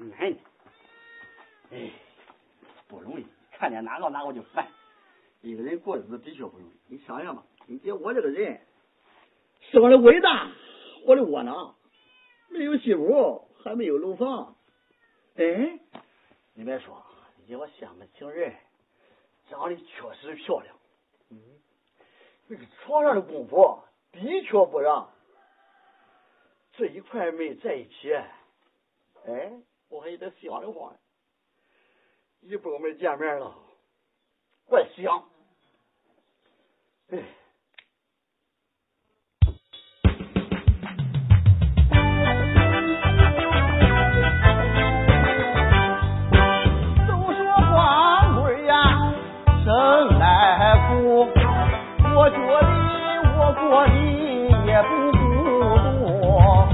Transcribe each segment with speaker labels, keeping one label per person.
Speaker 1: 呢。哎，不容易，看见哪个哪个就烦。一个人过日子的确不容易。你想想吧，你姐我这个人，
Speaker 2: 生了伟大，活的窝囊，没有媳妇，还没有楼房。哎，
Speaker 1: 你别说，你姐我羡慕情人，长得确实漂亮。嗯，那个床上的功夫的确不让。这一块没在一起，哎，我还有点想的慌。一不门见面了，怪香。哎。
Speaker 3: 都说光棍呀生来苦，我觉得我过得也不孤独。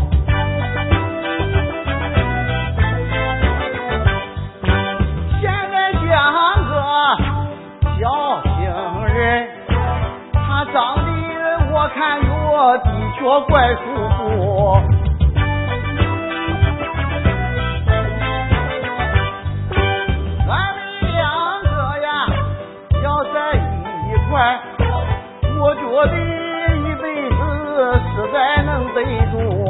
Speaker 3: 现在像个小情人，他长得我看着的确怪舒服。俺们两个呀要在一块儿，我觉得一辈子实在能对住。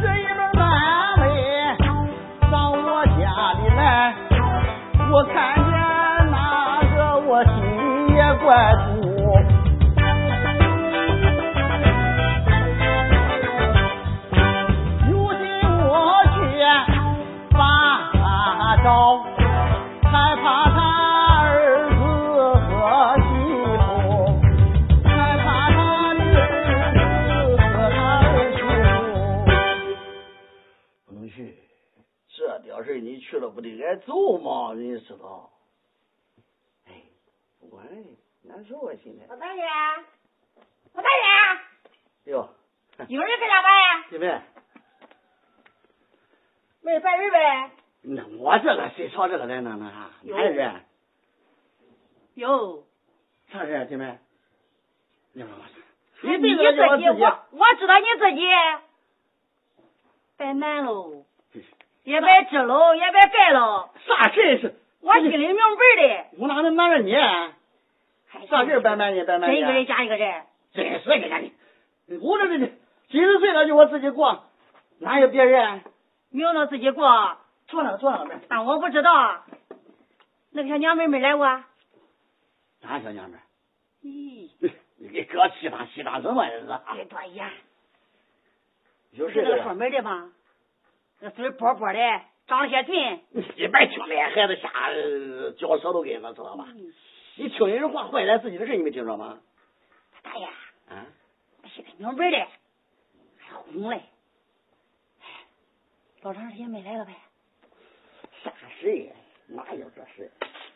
Speaker 3: 这一门男美上我家里来，我看见那个我心也怪苦。如今我去把他找，害怕他儿子和媳妇，害怕他的儿子和他儿媳
Speaker 1: 不能去，这点事儿你去了不得挨揍吗？人家知道。哎，不管了，难受啊，现在。
Speaker 4: 我大爷，我大爷，啊
Speaker 1: 哟，
Speaker 4: 有人干啥玩呀？
Speaker 1: 姐妹，
Speaker 4: 没别人呗？
Speaker 1: 那我这个谁上这个来呢？那啥，
Speaker 4: 有
Speaker 1: 哪人？
Speaker 4: 有，
Speaker 1: 啥人啊，姐妹？你说我
Speaker 4: 你
Speaker 1: 哎你这个
Speaker 4: 自己，
Speaker 1: 我自己
Speaker 4: 我我知道你自己，别瞒喽
Speaker 1: 真是，
Speaker 4: 也别知喽，也别盖喽，
Speaker 1: 啥事儿是？
Speaker 4: 我心里明白的。
Speaker 1: 我哪能瞒着你？
Speaker 4: 还
Speaker 1: 啥事儿白瞒你，白瞒
Speaker 4: 真
Speaker 1: 你
Speaker 4: 一个人加一个人，
Speaker 1: 真是个你！我这这几十岁了就我自己过，哪有别人？
Speaker 4: 明着自己过，
Speaker 1: 坐那个，坐那个边儿。
Speaker 4: 当我不知道。那个小娘们没来过啊？
Speaker 1: 哪小娘们儿？
Speaker 4: 咦，
Speaker 1: 你给哥气他气他什么儿子？
Speaker 4: 别多言，
Speaker 1: 有
Speaker 4: 是
Speaker 1: 事
Speaker 4: 那个说门的吗？那嘴薄薄的，长得些俊。
Speaker 1: 你别听那孩子瞎呃嚼舌头根子，知道吧？你听人话坏咱自己的事，你没听着吗？
Speaker 4: 大爷，
Speaker 1: 啊，
Speaker 4: 我现在明白了，还红嘞。哎老长时间没来了呗？
Speaker 1: 啥事呀？哪有这事？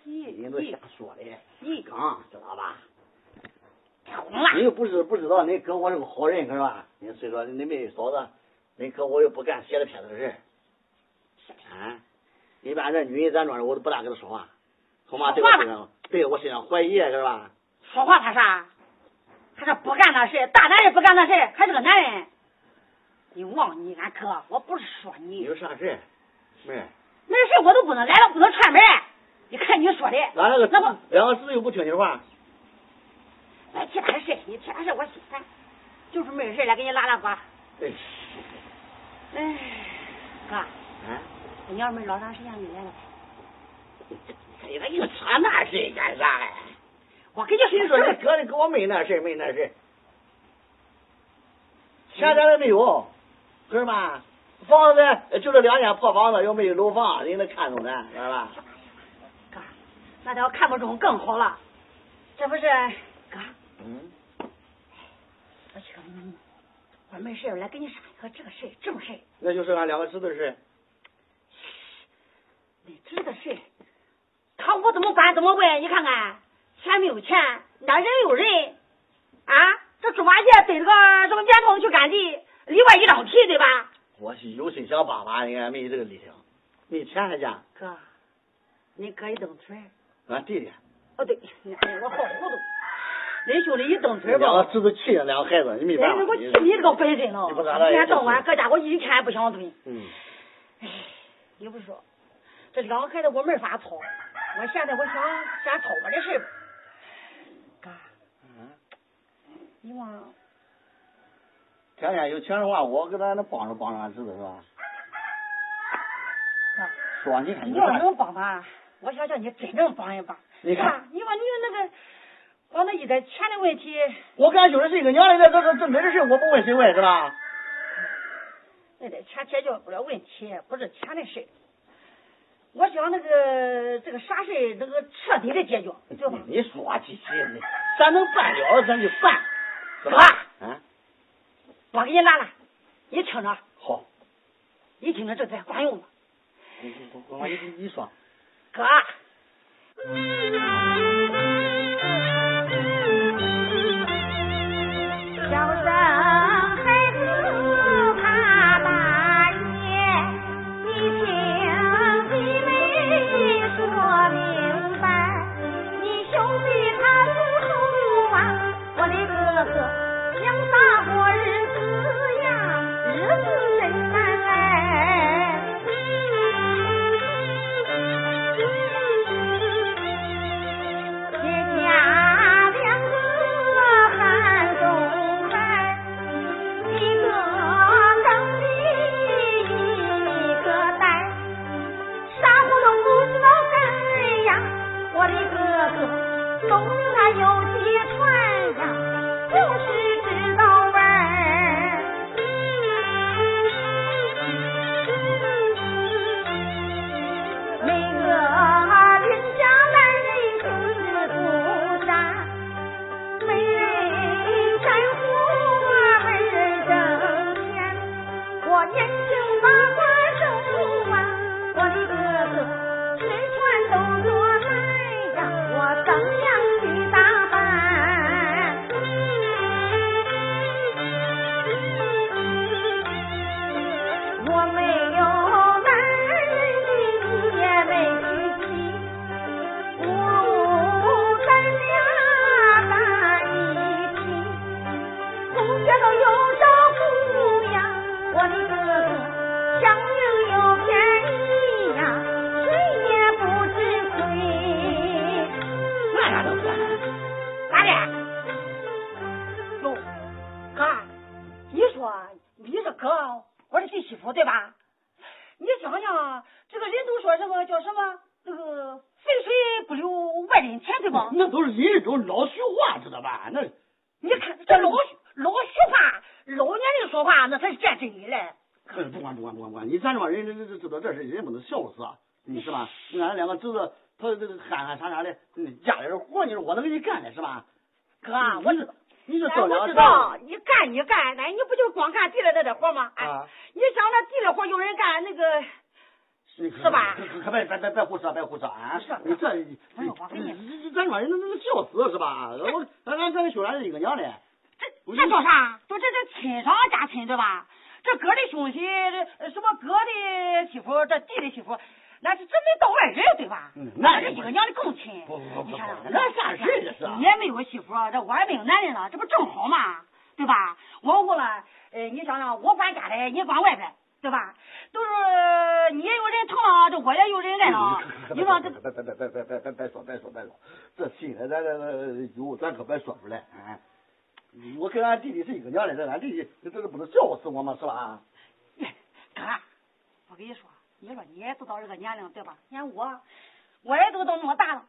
Speaker 4: 咦
Speaker 1: 人都瞎说的，
Speaker 4: 咦，
Speaker 1: 刚知道吧？
Speaker 4: 太红了。
Speaker 1: 你又不是不知道，恁哥我是个好人，可是吧？恁虽说恁妹嫂子，恁哥我又不干邪的撇子的事儿。啊，一般这女人咱庄的我都不大跟她说话，恐怕对我身上对我身上怀疑，是吧？
Speaker 4: 说话怕啥？还是不干那事，大男人不干那事，还是个男人。你忘你俺哥，我不是说
Speaker 1: 你
Speaker 4: 你，
Speaker 1: 有啥事儿？妹儿，
Speaker 4: 那事我都不能来了，不能串门。你看你说的，
Speaker 1: 俺那个
Speaker 4: 那不
Speaker 1: 两个侄子又不听你话，
Speaker 4: 来提他事，你提他事我心烦，就是没事来给你拉拉呱。
Speaker 1: 哎，
Speaker 4: 哎，哥，
Speaker 1: 啊，
Speaker 4: 我娘们老长时间没来了，
Speaker 1: 你那又扯那事儿干啥呀？
Speaker 4: 我跟你
Speaker 1: 谁说
Speaker 4: 说嗯事
Speaker 1: 这
Speaker 4: 儿，
Speaker 1: 哥的跟我没那事儿没那事儿？钱咱都没有，知道吧？房子就这两间破房子，又没有楼房，人家能看中咱，知道吧？
Speaker 4: 哥，那要看不中更好了，这不是哥，
Speaker 1: 嗯，
Speaker 4: 我去，嗯我没事儿来跟你商量个这个事儿正事儿。
Speaker 1: 那就是俺两个侄子的事。
Speaker 4: 你这个事，他我怎么管怎么问？你看看，钱没有钱，那人有人，啊，这猪八戒逮着个什么圆头去赶集，里外一张皮，对吧？
Speaker 1: 我是有心想帮忙，人家没这个力量。没钱还家，
Speaker 4: 哥，你哥一蹬腿儿，
Speaker 1: 俺弟弟，
Speaker 4: 哦对，哎我好糊涂，恁兄弟一蹬腿儿
Speaker 1: 两个
Speaker 4: 吧，
Speaker 1: 侄子气的两个孩子，你没
Speaker 4: 真
Speaker 1: 办
Speaker 4: 是
Speaker 1: 法。
Speaker 4: 给我气
Speaker 1: 你
Speaker 4: 哎你这个本身了。
Speaker 1: 你不咋的
Speaker 4: 一天到晚搁家，我一天不想蹲。
Speaker 1: 嗯，
Speaker 4: 你不说，这两个孩子我没法操。我现在我想先操我的事儿吧。哥，
Speaker 1: 嗯
Speaker 4: 你往
Speaker 1: 天天有钱的话，我给咱能帮着帮着俺侄子是吧？
Speaker 4: 哥。
Speaker 1: 说你看
Speaker 4: 你
Speaker 1: 你
Speaker 4: 要
Speaker 1: 看，
Speaker 4: 能帮忙，我想叫你真正帮一帮，
Speaker 1: 你
Speaker 4: 是
Speaker 1: 看
Speaker 4: 吧？你把你那个光那一点钱的问题，
Speaker 1: 我跟俺兄弟是一个娘的，这这这这没的事我不问谁问是吧？
Speaker 4: 那点钱解决不了问题，不是钱的事儿。我想那个这个啥事儿能够彻底的解决，对吧？
Speaker 1: 你说几句，你咱能办了，咱就办，是吧？啊，
Speaker 4: 我给你拿了，你听着，
Speaker 1: 好，
Speaker 4: 你听着这才管用吧，
Speaker 1: 你你你你说，
Speaker 4: 哥。啊
Speaker 5: 小生孩子怕大爷，你听弟妹说明白。你兄弟他不输啊，我的哥哥想大过日子呀，日子真难哎。结下两个汉中汉，一个耕地，一个待，啥活都不知道干呀。我的哥哥农民他有几传呀，就是知道玩儿。每个邻家来人是菩萨，每人摘花儿挣钱。我年轻把瓜种啊，我的哥哥谁全都热爱呀，我怎样去打扮？我没有男人，也没娶妻，我咱俩打一起。从前都有照顾呀，我的哥哥享有又便宜呀，谁也不吃亏。
Speaker 1: 那啥都算。
Speaker 4: 咋的？哟，哥，啊你说你是哥，我是弟媳妇对吧？你想想，这个人都说什么叫什么？那个肥水不流外人田，对吧？
Speaker 1: 那都是人都老虚话，知道吧？那
Speaker 4: 你看
Speaker 1: 嗯
Speaker 4: 这老老虚话，老年人说话那才是见真理嘞。
Speaker 1: 可不管不管不管不管，你咱这帮人这这知道这事，人不能笑死啊，你是吧？俺两个侄子，他这个憨憨啥啥的，嗯家里的活你说我能给你干的是吧？
Speaker 4: 哥，啊我知道，
Speaker 1: 嗯你这
Speaker 4: 哎
Speaker 1: 照
Speaker 4: 我
Speaker 1: 两
Speaker 4: 知
Speaker 1: 个
Speaker 4: 道，你干你干，哎，你不就光干地里那点活吗？哎，
Speaker 1: 啊
Speaker 4: 你想那地里活有人干，那个
Speaker 1: 是
Speaker 4: 是吧
Speaker 1: 可可可别别别别胡说，别胡说啊！
Speaker 4: 是
Speaker 1: 你这，
Speaker 4: 不是我跟你
Speaker 1: 你，咱把人都都笑死是吧？我咱咱咱兄弟是一个娘的，
Speaker 4: 这这叫啥？就这这亲上加亲对吧？这哥的兄弟，这呃什么哥的媳妇，这弟的媳妇，那是这没到外人对吧？
Speaker 1: 嗯那
Speaker 4: 这
Speaker 1: 也
Speaker 4: 一
Speaker 1: 不
Speaker 4: 个娘的更亲。
Speaker 1: 不不不不
Speaker 4: 你看
Speaker 1: 不那啥事儿这是啊
Speaker 4: 你也没有媳妇，这我也没有男人了，这不正好嘛？对吧？往后了，呃，你想想，我管家里，你管外边，对吧？都是呃你也有人疼啊，这我也有人爱了。你说这
Speaker 1: 别别别别别别别别说别说别说，这心里咱咱咱有，咱可别说出来啊！我跟俺弟弟是一个娘的，这俺弟弟这这不能笑死我吗？是吧？
Speaker 4: 哥，我跟你说，你说你也都到这个年龄对吧？你看我，我也都到那么大了，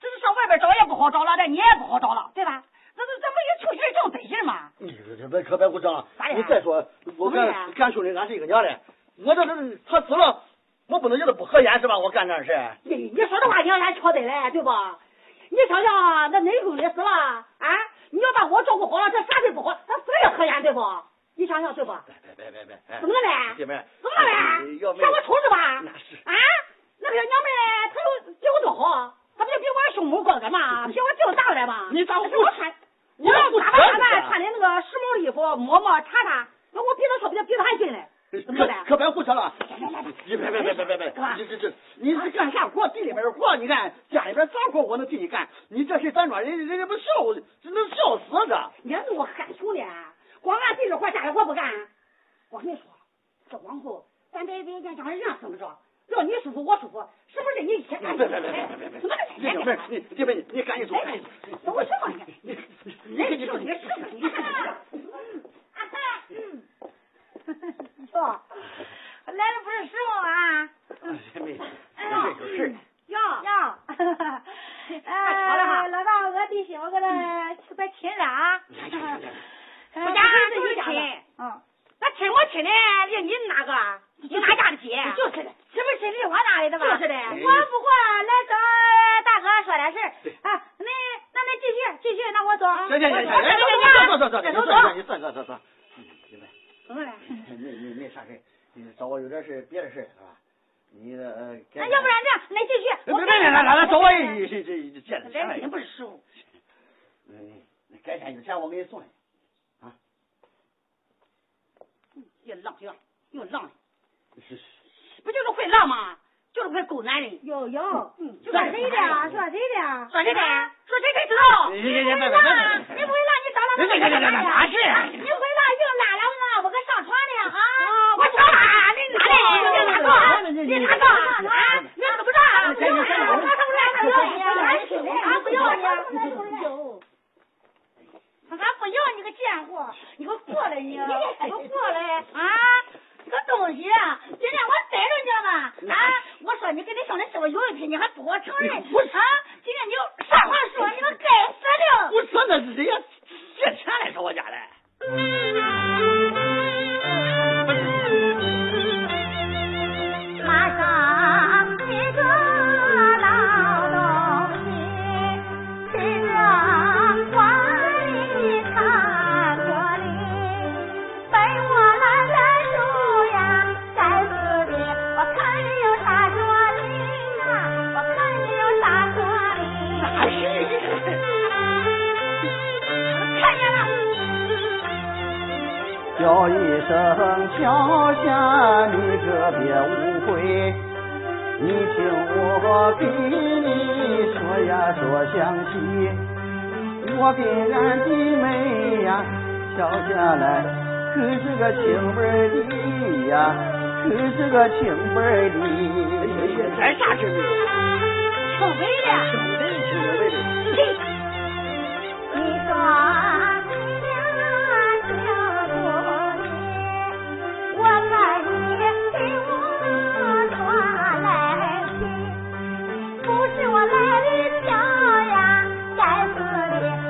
Speaker 4: 这是上外边找也不好找了，这你也不好找了，对吧？那这咱们一处劲正得劲嘛。
Speaker 1: 你这别可别胡张，你再说我跟俺兄弟俺是一个娘的，我这这他死了，我不能觉得不合眼是吧？我干这事。
Speaker 4: 你你说这话你让人瞧得嘞，对吧？你想想，那恁兄弟死了啊，你要把我照顾好了，这啥事不好，他死了也合眼对不？你想想对不？
Speaker 1: 别别别别！
Speaker 4: 怎么了嘞？
Speaker 1: 姐妹儿
Speaker 4: 怎么了嘞？
Speaker 1: 要没
Speaker 4: 嫌我丑是吧？
Speaker 1: 那是
Speaker 4: 啊，那个娘们儿嘞，她又比我多好，她不就比我胸部高干嘛？比我劲儿大来嘛？
Speaker 1: 你咋不
Speaker 4: 我穿？
Speaker 1: 你咋不
Speaker 4: 打扮打
Speaker 1: 穿呢
Speaker 4: 扮，穿的那个时髦的衣服，摸摸查查，那我比她说不定比她还俊嘞，怎么
Speaker 1: 呃可
Speaker 4: 的？
Speaker 1: 可别胡扯了！你别别别别别别！这这这，你是干啥活？地里
Speaker 2: 门活，你看家里边脏活我能替你干，你这事咱说人人家不笑我，这能笑死这。
Speaker 4: 你还弄我害羞呢，光干地里活、家里活不干。我跟你说，这往后咱别别讲人家怎么着，要你舒服我舒服，是不是？你一天干
Speaker 2: 别别别别别别！
Speaker 4: 怎么能
Speaker 2: 这妹儿，你这妹儿，你赶紧走，赶紧走。
Speaker 4: 等我吃饭去。
Speaker 2: 你你
Speaker 4: 人
Speaker 2: 赶紧
Speaker 4: 就
Speaker 2: 走，
Speaker 4: 你吃你
Speaker 1: 啊
Speaker 4: 看你这。
Speaker 5: 哟，来的不是时候啊！
Speaker 2: 哎妹儿，
Speaker 5: 哎
Speaker 2: 有事有事。
Speaker 5: 哟 哟，哎，老大，我弟媳妇搁那
Speaker 2: 嗯
Speaker 5: 别亲着啊！
Speaker 4: 我
Speaker 5: 我
Speaker 4: 家就是亲，
Speaker 5: 嗯，
Speaker 4: 那亲我亲的，离你哪个？你哪家的啊亲？
Speaker 5: 就是的，这不是离我哪里的吧？哎
Speaker 4: 就是的
Speaker 5: 我不过来找大哥说点事儿啊，那那那继续继续，那我走。
Speaker 2: 行行行行，
Speaker 5: 我走
Speaker 2: 哎，走走走走
Speaker 5: 我
Speaker 2: 走
Speaker 5: 走
Speaker 2: 你算算算算。
Speaker 4: 怎么了？
Speaker 1: 没没没啥事儿，你找我有点事儿别的事儿是吧？你呃，该
Speaker 5: 那要不然这样，那继续。
Speaker 2: 别别别，来来来，走吧，这这这见了
Speaker 1: 哎
Speaker 2: 见了
Speaker 4: 来肯。定不是师傅。
Speaker 1: 嗯，改天有钱我给你送去。
Speaker 4: 也浪呀，又浪了，
Speaker 1: 是是
Speaker 4: 不就是会浪吗？就是会狗男人，
Speaker 5: 有有，
Speaker 4: 嗯，就
Speaker 5: 说谁的？说谁的？
Speaker 4: 说谁的？说谁谁知道？
Speaker 2: 你你你别别
Speaker 5: 啊！
Speaker 2: 别
Speaker 5: 你不会让你找到
Speaker 2: 别别别别别，哪
Speaker 5: 你
Speaker 2: 是？
Speaker 5: 回到硬拉了拉，我给上床了啊！
Speaker 4: 我操哪里哪里？你哪个？
Speaker 5: 你拿到啊！你怎么着？不要你，他不来，他要你，俺不要你，俺不要你个贱货，你给我过来你，给我过来啊！个东西，
Speaker 4: 啊
Speaker 5: 今天我逮着你了
Speaker 1: 嗯
Speaker 5: 啊！我说你跟你兄弟媳妇有一拼，你还不给我承认
Speaker 1: 嗯
Speaker 5: 啊！今天你又上话说，你个该死的！
Speaker 2: 我说那人家借钱来找我家来。
Speaker 5: 马上这个劳动节，这个管理看着哩，被我拦住呀，该死的，我看你有啥着哩呀，啊我看你有啥着哩。
Speaker 2: 哪是？
Speaker 5: 看见了。
Speaker 3: 叫一声乔家，你这别误会，你听我给你说呀说详细，我跟俺弟妹呀瞧下来，可是个清白的呀，可是个清白的。
Speaker 2: 干啥去？
Speaker 5: 臭美的。
Speaker 2: 兄弟，兄弟。
Speaker 5: 你说你娘叫我你，我看你给我抓来去，不是我来的巧呀，该死的，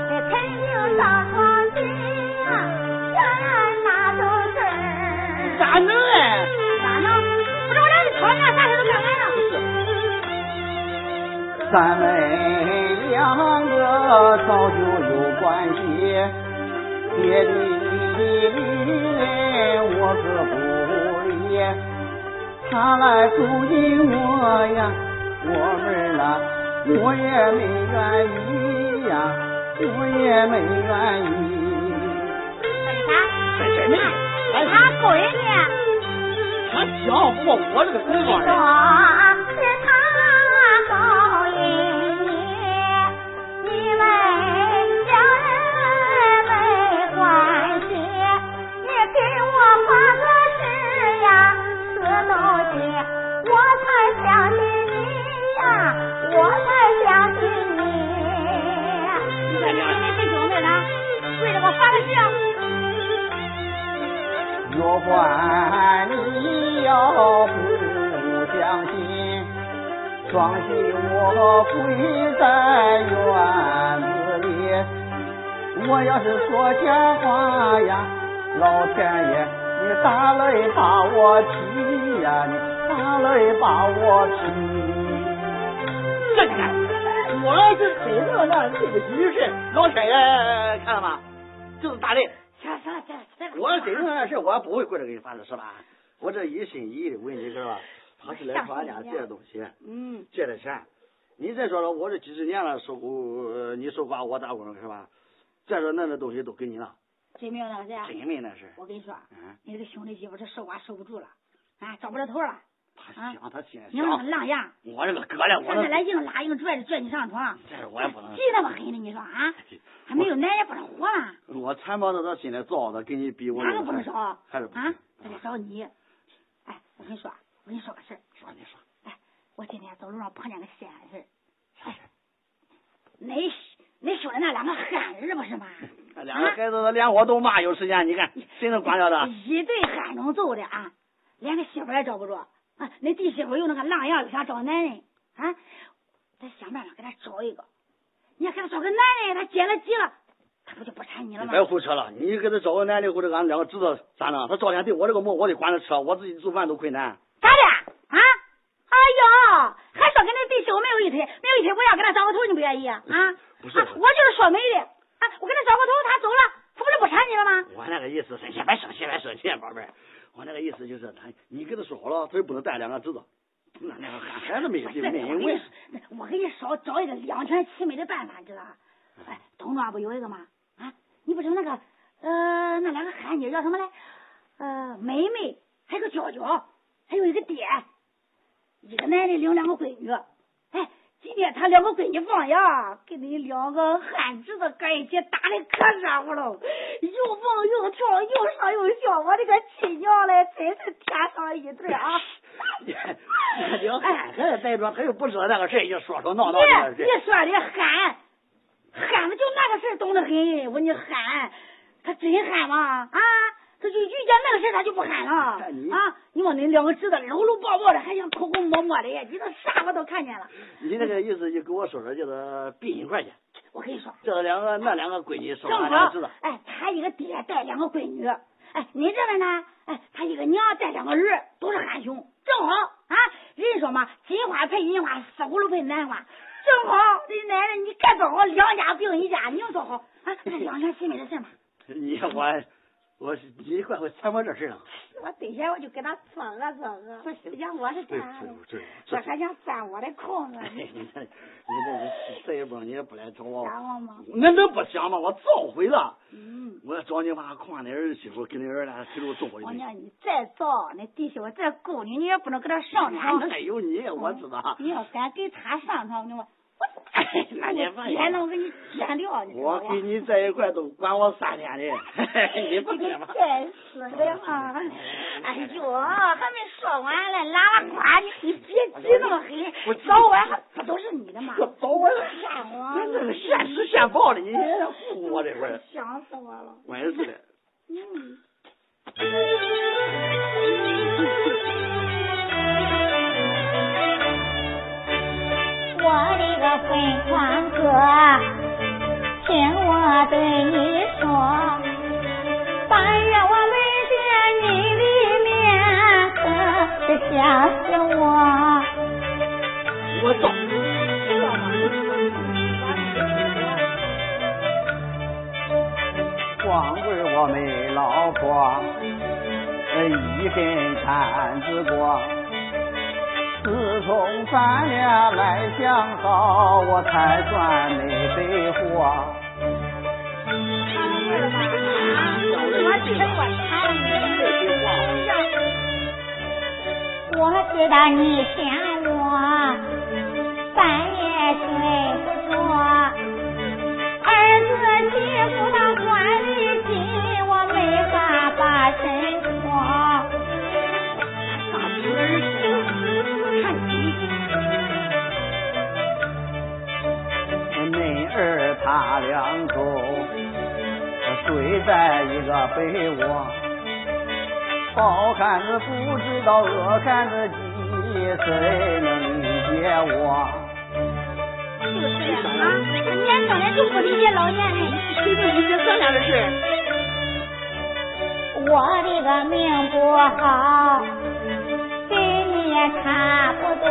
Speaker 5: 这肯定上床去呀，这样哪都事儿。
Speaker 2: 咋弄哎？
Speaker 5: 咋弄？不是我来的巧呀，啥事都干俺
Speaker 3: 咱们
Speaker 5: 了。
Speaker 3: 两个早就有关系，别的人我可不理，他来勾引我呀，我们呐，我也没愿意呀，我也没愿意。
Speaker 5: 干
Speaker 2: 谁没？
Speaker 5: 啥？哎他勾引你？
Speaker 2: 哎他想不过我这个
Speaker 5: 你说是
Speaker 2: 地方
Speaker 5: 他勾引你，啊
Speaker 2: 人。
Speaker 5: 你们两人没关系，你给我发个誓呀，这东西我才相信你呀，我才相信你。
Speaker 4: 你看这这这兄弟呢？
Speaker 5: 对了，我发个誓。
Speaker 3: 若管你要不相信，双膝我跪在院子里。我要是说假话呀，老天爷，你打雷把我劈呀，你打雷把我劈。
Speaker 2: 这你看，我要是谁这那对不起是老天爷，看了吧？就是打雷。
Speaker 4: 行行行，这
Speaker 2: 我要真正那事，我也不会跪着给你发誓，是吧？我这一心一意的，我跟你说吧，他是来俺家借的东西，
Speaker 4: 嗯，
Speaker 2: 借的钱。你再说了，我这几十年了，受苦、呃你受瓜，我打工是吧？再说那那东西都给你了，
Speaker 4: 真没有那个事。
Speaker 2: 真没那事。
Speaker 1: 啊
Speaker 4: 我跟你说，
Speaker 2: 嗯，
Speaker 4: 你这个兄弟媳妇这手啊受不住了，啊，找不着头了。
Speaker 1: 他想他心
Speaker 4: 你说那个
Speaker 1: 想，
Speaker 4: 狼样，
Speaker 1: 我这个哥哎嘞，我
Speaker 4: 上这来
Speaker 1: 这
Speaker 4: 硬拉硬拽着拽你上床，
Speaker 1: 这事我也不能
Speaker 4: 急，那么狠呢？你说啊，还没有奶也不能活了，
Speaker 1: 我馋吧着他心里造的，跟你比我
Speaker 4: 哪个不能
Speaker 1: 少
Speaker 4: 少啊？
Speaker 1: 还是不行
Speaker 4: 咱得找你。哎，我跟你说，我跟你说个事儿，哎
Speaker 1: 说你说，
Speaker 4: 我今天走路上碰见个闲事儿。哎，恁恁说的那两个汉人不是吗？
Speaker 1: 这两个孩子他连我都骂，有时间你
Speaker 4: 啊
Speaker 1: 看谁能管着他？
Speaker 4: 一对汉能揍的啊，连个媳妇儿也找不着啊！那弟媳妇儿又那个浪样，又想找男人啊，咱想办法给他找一个。你要给他找个男人，他结了急了，他不就不缠你了
Speaker 1: 你
Speaker 4: 吗？
Speaker 1: 别胡扯了，你给他找个男的，或者俺两个知道咋弄？他照天对我这个梦，我得管着吃，我自己做饭都困难。
Speaker 4: 咋的啊？哎呦，还说跟那弟媳妇没有一腿，没有一腿，我要给他找个头，你不愿意啊？啊，
Speaker 1: 不是
Speaker 4: 啊我就是说媒的啊！我给他找个头，他走了，他不是不缠你了吗？
Speaker 1: 我那个意思是，先别生气，别生气，宝贝儿。我那个意思就是，他你跟他说好了，他又不能带两个侄子。那那个俺孩子没有没没
Speaker 4: 我
Speaker 1: 人
Speaker 4: 给你
Speaker 1: 问，
Speaker 4: 那我给你少找一个两全其美的办法，你知道吧？
Speaker 1: 嗯
Speaker 4: 哎，东庄不有一个吗？啊，你不是那个呃那两个韩妞叫什么来？呃，梅梅，还有个娇娇，还有一个爹，一个男的领两个闺女。哎，今天他两个闺女放羊，给你两个汉子的赶一起打的可热乎了，又蹦又跳又上又笑，我的个亲娘嘞，真是天上一对啊！
Speaker 1: 你你两个俺孩子带着，他又不知道那个事儿，就说说闹闹这个
Speaker 4: 你
Speaker 1: 事
Speaker 4: 你
Speaker 1: 儿。
Speaker 4: 说的憨，憨子就那个事儿懂得很。我跟你憨，他真憨吗？啊，他就遇见那个事儿他就不憨了
Speaker 1: 那哎你
Speaker 4: 啊！你往那两个侄子搂搂抱抱的，还想口口摸摸的，你这啥我都看见了。
Speaker 1: 你那个意思就跟我说说，就是并一块儿去。
Speaker 4: 我跟你说，
Speaker 1: 这两个那两个闺女说
Speaker 4: 正
Speaker 1: 俺两个
Speaker 4: 好
Speaker 1: 侄子，，
Speaker 4: 哎，他一个爹带两个闺女，哎，你这边呢，哎，他一个娘带两个儿，都是憨兄，正好啊。人说嘛，金花配银花，死葫芦配南瓜，正好这奶奶你干多好，两家并一家，你说好啊，那两全其美的事嘛。
Speaker 1: 你我我是你怪我掺和这事儿了。啊
Speaker 4: 我对象我就给他啊整个整个，谁家我是啊
Speaker 1: 对
Speaker 4: 他的，
Speaker 1: 对
Speaker 4: 我
Speaker 1: 对，
Speaker 4: 还想占我的空子，
Speaker 1: 你
Speaker 4: 你哦
Speaker 1: 这你这你这一波你也不来找我，
Speaker 4: 想我吗？
Speaker 1: 那能不想吗？我造回了。
Speaker 4: 嗯，
Speaker 1: 我找你妈看那儿媳妇，给那儿俩媳妇揍
Speaker 4: 我
Speaker 1: 一顿。
Speaker 4: 让你再造，那弟媳妇再勾你，你也不能跟他上床。
Speaker 1: 哪有你？ 我知道。
Speaker 4: 哦你要敢给他上床，你我我
Speaker 1: 那你放心
Speaker 4: 天呐，我给你剪掉，你知道
Speaker 1: 我
Speaker 4: 吧
Speaker 1: 跟你 在一块都管我三天的，你不
Speaker 4: 你
Speaker 1: 知道。
Speaker 4: 该死的 哈！哎呦，还没说完嘞，拉拉呱，你你别急那么
Speaker 1: 哎我
Speaker 4: 狠，早晚还不都是你的吗？
Speaker 1: 早晚
Speaker 4: 吓啊我
Speaker 1: 那这
Speaker 4: 了
Speaker 1: 个！现实现报的，你唬我这会儿，
Speaker 4: 想死我了。
Speaker 1: 我也是的。
Speaker 4: 嗯。
Speaker 5: 我的个疯狂哥，听我对你说，半夜我没见你的面，可
Speaker 4: 哎
Speaker 5: 是想死我。
Speaker 1: 我造，
Speaker 3: 光棍儿我没老婆，呃，一根铲子过。自从咱俩来相好，我才算没被祸。
Speaker 4: 啊哎
Speaker 5: 我知道你想我，半夜睡不着，儿子媳妇他管的紧，我没法把身脱。
Speaker 4: 哎
Speaker 3: 恁儿他两口睡在一个被窝，好汉子不知道饿汉子饥，谁能理解我？
Speaker 4: 就是呀，啊，年轻人就不理解老年人，谁能理解咱俩的事？
Speaker 5: 我的个命不好，跟你也差不多。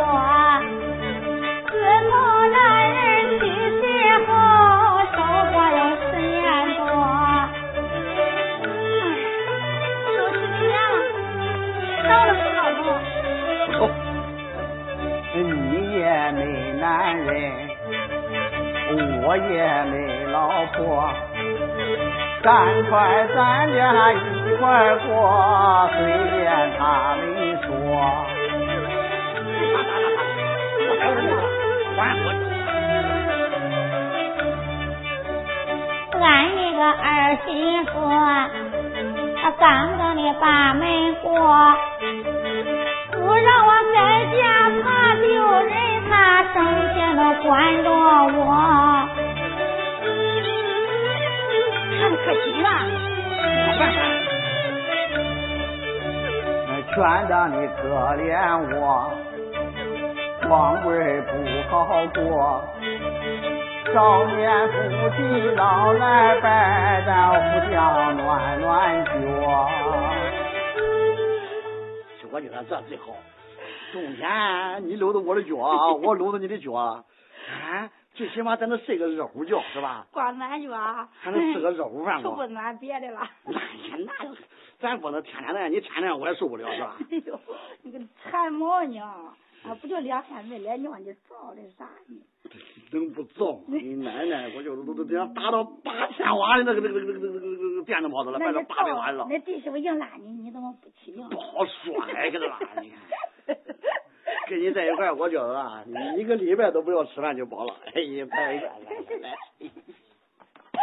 Speaker 5: 自从那人去世后，守过有十年多。嗯都十年嗯了，到了不老头。
Speaker 3: 你也没男人，我也没老婆，赶快咱俩一块儿过，虽然他没说。
Speaker 5: 嗯
Speaker 3: 还我住。
Speaker 5: 俺那个儿媳妇啊，她刚刚的把门过，不让我在家怕丢人，她整天都管着我。
Speaker 4: 看的可紧了，没办法。
Speaker 6: 全当你可怜我，光棍不好过。少年夫妻老来伴，咱互相暖暖脚。
Speaker 1: 我就说这最好，冬天你搂着我的脚啊，我搂着你的脚啊，啊，最起码咱能睡个热乎觉是吧？
Speaker 4: 光暖脚啊，
Speaker 1: 还能吃个热乎饭
Speaker 4: 就
Speaker 1: 不
Speaker 4: 不？暖别的了。
Speaker 1: 那也那也，咱不能天天的，你天天我也受不了是吧？
Speaker 4: 哎呦，你个馋猫呢？啊，不就两天没来尿，你造的啥呢？
Speaker 1: 能不造？你奶奶，我就都都都想打到八千瓦的那个那个那个那个那个电灯泡子了，
Speaker 4: 那
Speaker 1: 快到
Speaker 4: 你
Speaker 1: 八百瓦了
Speaker 4: 造，，那弟媳妇硬拉你，你怎么不起硬
Speaker 1: 不？好说哎，跟他妈你看。跟你在一块儿，我觉得啊，你一个礼拜都不要吃饭就饱了。哎呀，太远了，来来。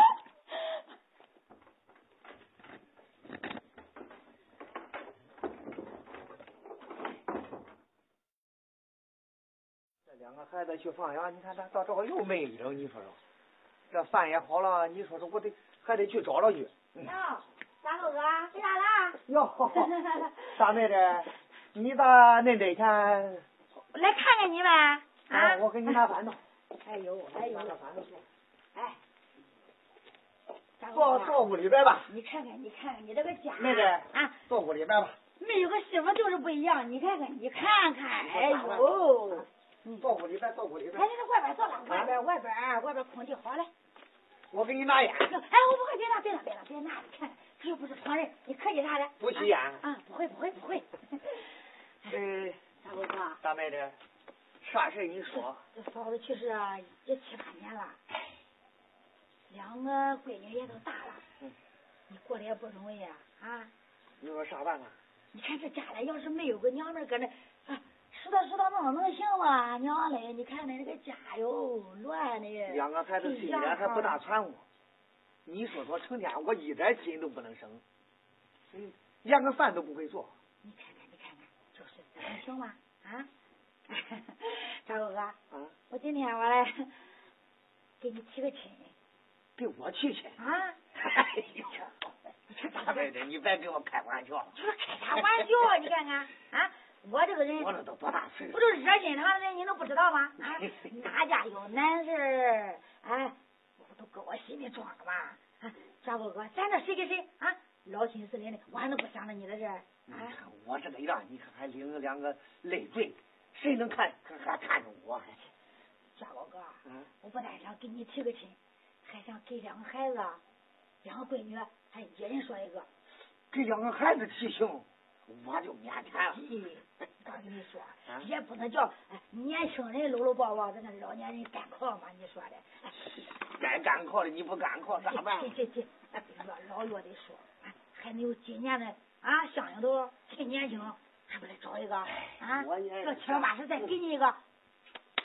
Speaker 3: 这两个孩子去放羊，你看他到这会又没影，你说说，这饭也好了，你说说，我得还得去找找去。
Speaker 4: 啊，大狗哥，回家了？
Speaker 3: 哟，大妹子，你咋恁得前？
Speaker 4: 来看看你呗。
Speaker 3: 哎
Speaker 4: 啊，
Speaker 3: 我给你拿馒头。
Speaker 4: 哎呦，哎呦
Speaker 3: 拿，个馒头。
Speaker 4: 哎，大狗
Speaker 3: 坐
Speaker 4: 哥，
Speaker 3: 坐屋里边吧，
Speaker 4: 你看看，你看看，你这个家
Speaker 3: 妹子
Speaker 4: 啊，
Speaker 3: 坐屋里边吧，
Speaker 4: 没有个媳妇就是不一样。你看看，你看看，哎呦，
Speaker 3: 坐屋里边，坐屋里
Speaker 4: 来
Speaker 3: 边
Speaker 4: 来。来，外边坐吧，外边外边外边空地好嘞。
Speaker 3: 我给你拿烟
Speaker 4: 哎，，我不会，别拿，别拿，别拿，别拿！你看，他又不是旁人，你客气啥的？
Speaker 3: 不吸烟
Speaker 4: 啊啊，不会，不会，不会。
Speaker 3: 嗯，
Speaker 4: 大狗哥，
Speaker 3: 大妹子，啥事儿你说？
Speaker 4: 这嫂子去世啊也七八年了，两个闺女也都大了，
Speaker 3: 嗯
Speaker 4: 你过得也不容易啊啊！
Speaker 3: 你说啥办法？啊
Speaker 4: 你看这家里要是没有个娘们儿搁那啊拾掇拾掇弄能行吗？娘嘞，你看那这个家哟乱的，
Speaker 3: 两个孩子虽然还不大全乎，你说说，成天我一点心都不能省，嗯，连个饭都不会做。
Speaker 4: 你看看你看看，就是能行吗？啊， 大狗哥，
Speaker 3: 啊，
Speaker 4: 我今天我来给你提个亲
Speaker 3: 给我去去！
Speaker 4: 啊，
Speaker 3: 哎呀，大妹子，你别跟我开玩笑，
Speaker 4: 就是开啥玩笑？你看看啊，我这个人
Speaker 3: 我那都多大岁数？
Speaker 4: 不就热心肠的人，你能不知道吗？啊，哪家有难事儿，哎，我都搁我心里装着嘛。啊，张狗哥，咱这谁跟谁啊？劳心思人的，我还能不想着你的事儿
Speaker 1: 嗯
Speaker 3: 你
Speaker 4: 啊？
Speaker 3: 看我这个样，你看还领着两个累赘，谁能看还还看着我？
Speaker 4: 张狗哥，
Speaker 3: 嗯，
Speaker 4: 我不但想给你提个亲，还想给两个孩子，两个闺女，还一人说一个。
Speaker 3: 给两个孩子提醒，我就腼腆了。
Speaker 4: 咦，哎我跟你说，也不能叫哎年轻人搂搂抱抱，咱那老年人干靠嘛？你说的。哎
Speaker 3: 该干靠的你不干靠，咋办？
Speaker 4: 这这这，越老越得说，哎还没有今年的啊，乡亲都趁年轻，还不得找一个啊？
Speaker 3: 我也
Speaker 4: 这七老八十再给你一个，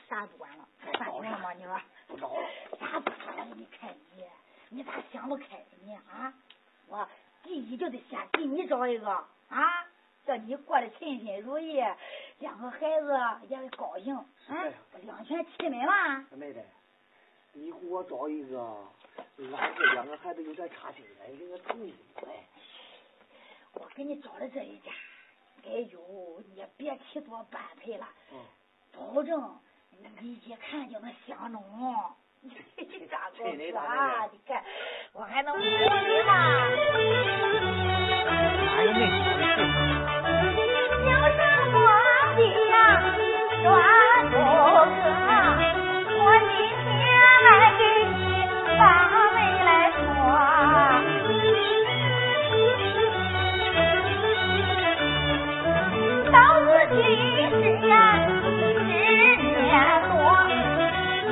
Speaker 4: 啥也不管了，算什么嘛？你说
Speaker 3: 不着了。
Speaker 4: 咋不着了？你看你，你咋想不开呢你啊？我第一就得先给你找一个啊，叫你过得称心如意，两个孩子也高兴，
Speaker 3: 哎
Speaker 4: 嗯，两全其美嘛。
Speaker 3: 妹子，你给我找一个，俺这两个孩子有点差劲了，给我同意呗。
Speaker 4: 我给你找的这一家，哎呦，你也别提多般配了，
Speaker 3: 嗯
Speaker 4: 保证你一看就能相中。哦 这咋
Speaker 3: 这得咋
Speaker 4: 啊？
Speaker 3: 弄
Speaker 4: 你看，我还能不你吗？
Speaker 3: 哎呀，妹
Speaker 5: 要是我的呀，抓住我，我今天来给你把媒来说。到如今时呀，十年多，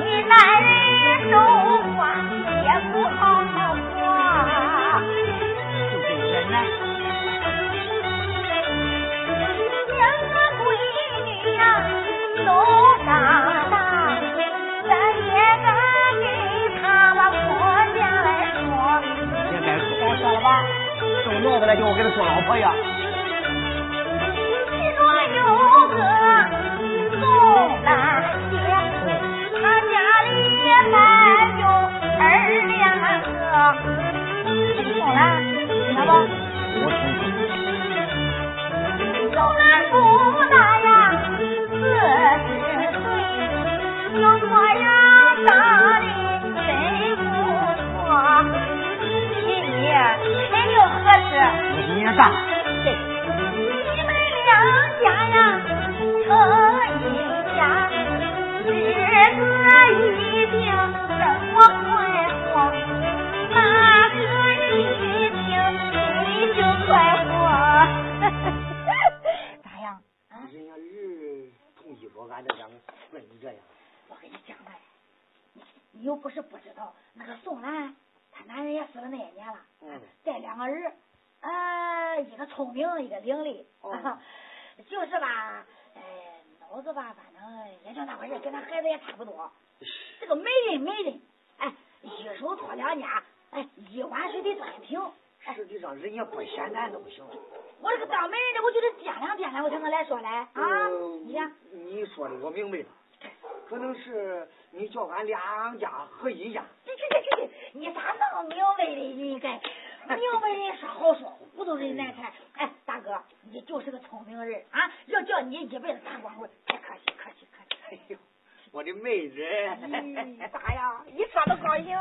Speaker 5: 你男人走啊，也不好好过。两个闺女呀，都
Speaker 3: 婆呀？
Speaker 4: 其中有个宋兰姐，她家里咱有儿两个。宋兰，来吧。宋兰不大呀，四十岁，老婆呀长得真不错，心里真有合适。
Speaker 3: 你也大，
Speaker 4: 你们两家呀成一家，日子一定生活快活，那个一定心就快活。 咋样？啊，
Speaker 1: 人家儿同意不？俺这两个分这样，
Speaker 4: 我跟你讲哎，你又不是不知道，那个宋兰，她男人也死了那些年了。
Speaker 1: 嗯，
Speaker 4: 带两个儿，呃，一个聪明，一个伶俐，啊
Speaker 1: 哦
Speaker 4: 就是吧，呃，脑子吧，反正也就那回事儿，跟咱孩子也差不多。这个媒人媒人，哎，一手托两家，哎，一碗水得端平。
Speaker 1: 实际上人家不嫌咱都行。
Speaker 4: 我这个当媒人的，我就得掂量掂量，我才能来说来啊。
Speaker 1: 哦
Speaker 4: 你看，
Speaker 1: 你说的我明白了，可能是你叫俺两家合一家，
Speaker 4: 去去去去去，你咋那么明白的？你该明白人说好说，糊涂人难缠。哎，大哥，你就是个聪明人啊！要叫你一辈子打光棍，太可惜，可惜，可惜。
Speaker 1: 哎呦，我的妹人，
Speaker 4: 咦，咋呀？一说都高兴。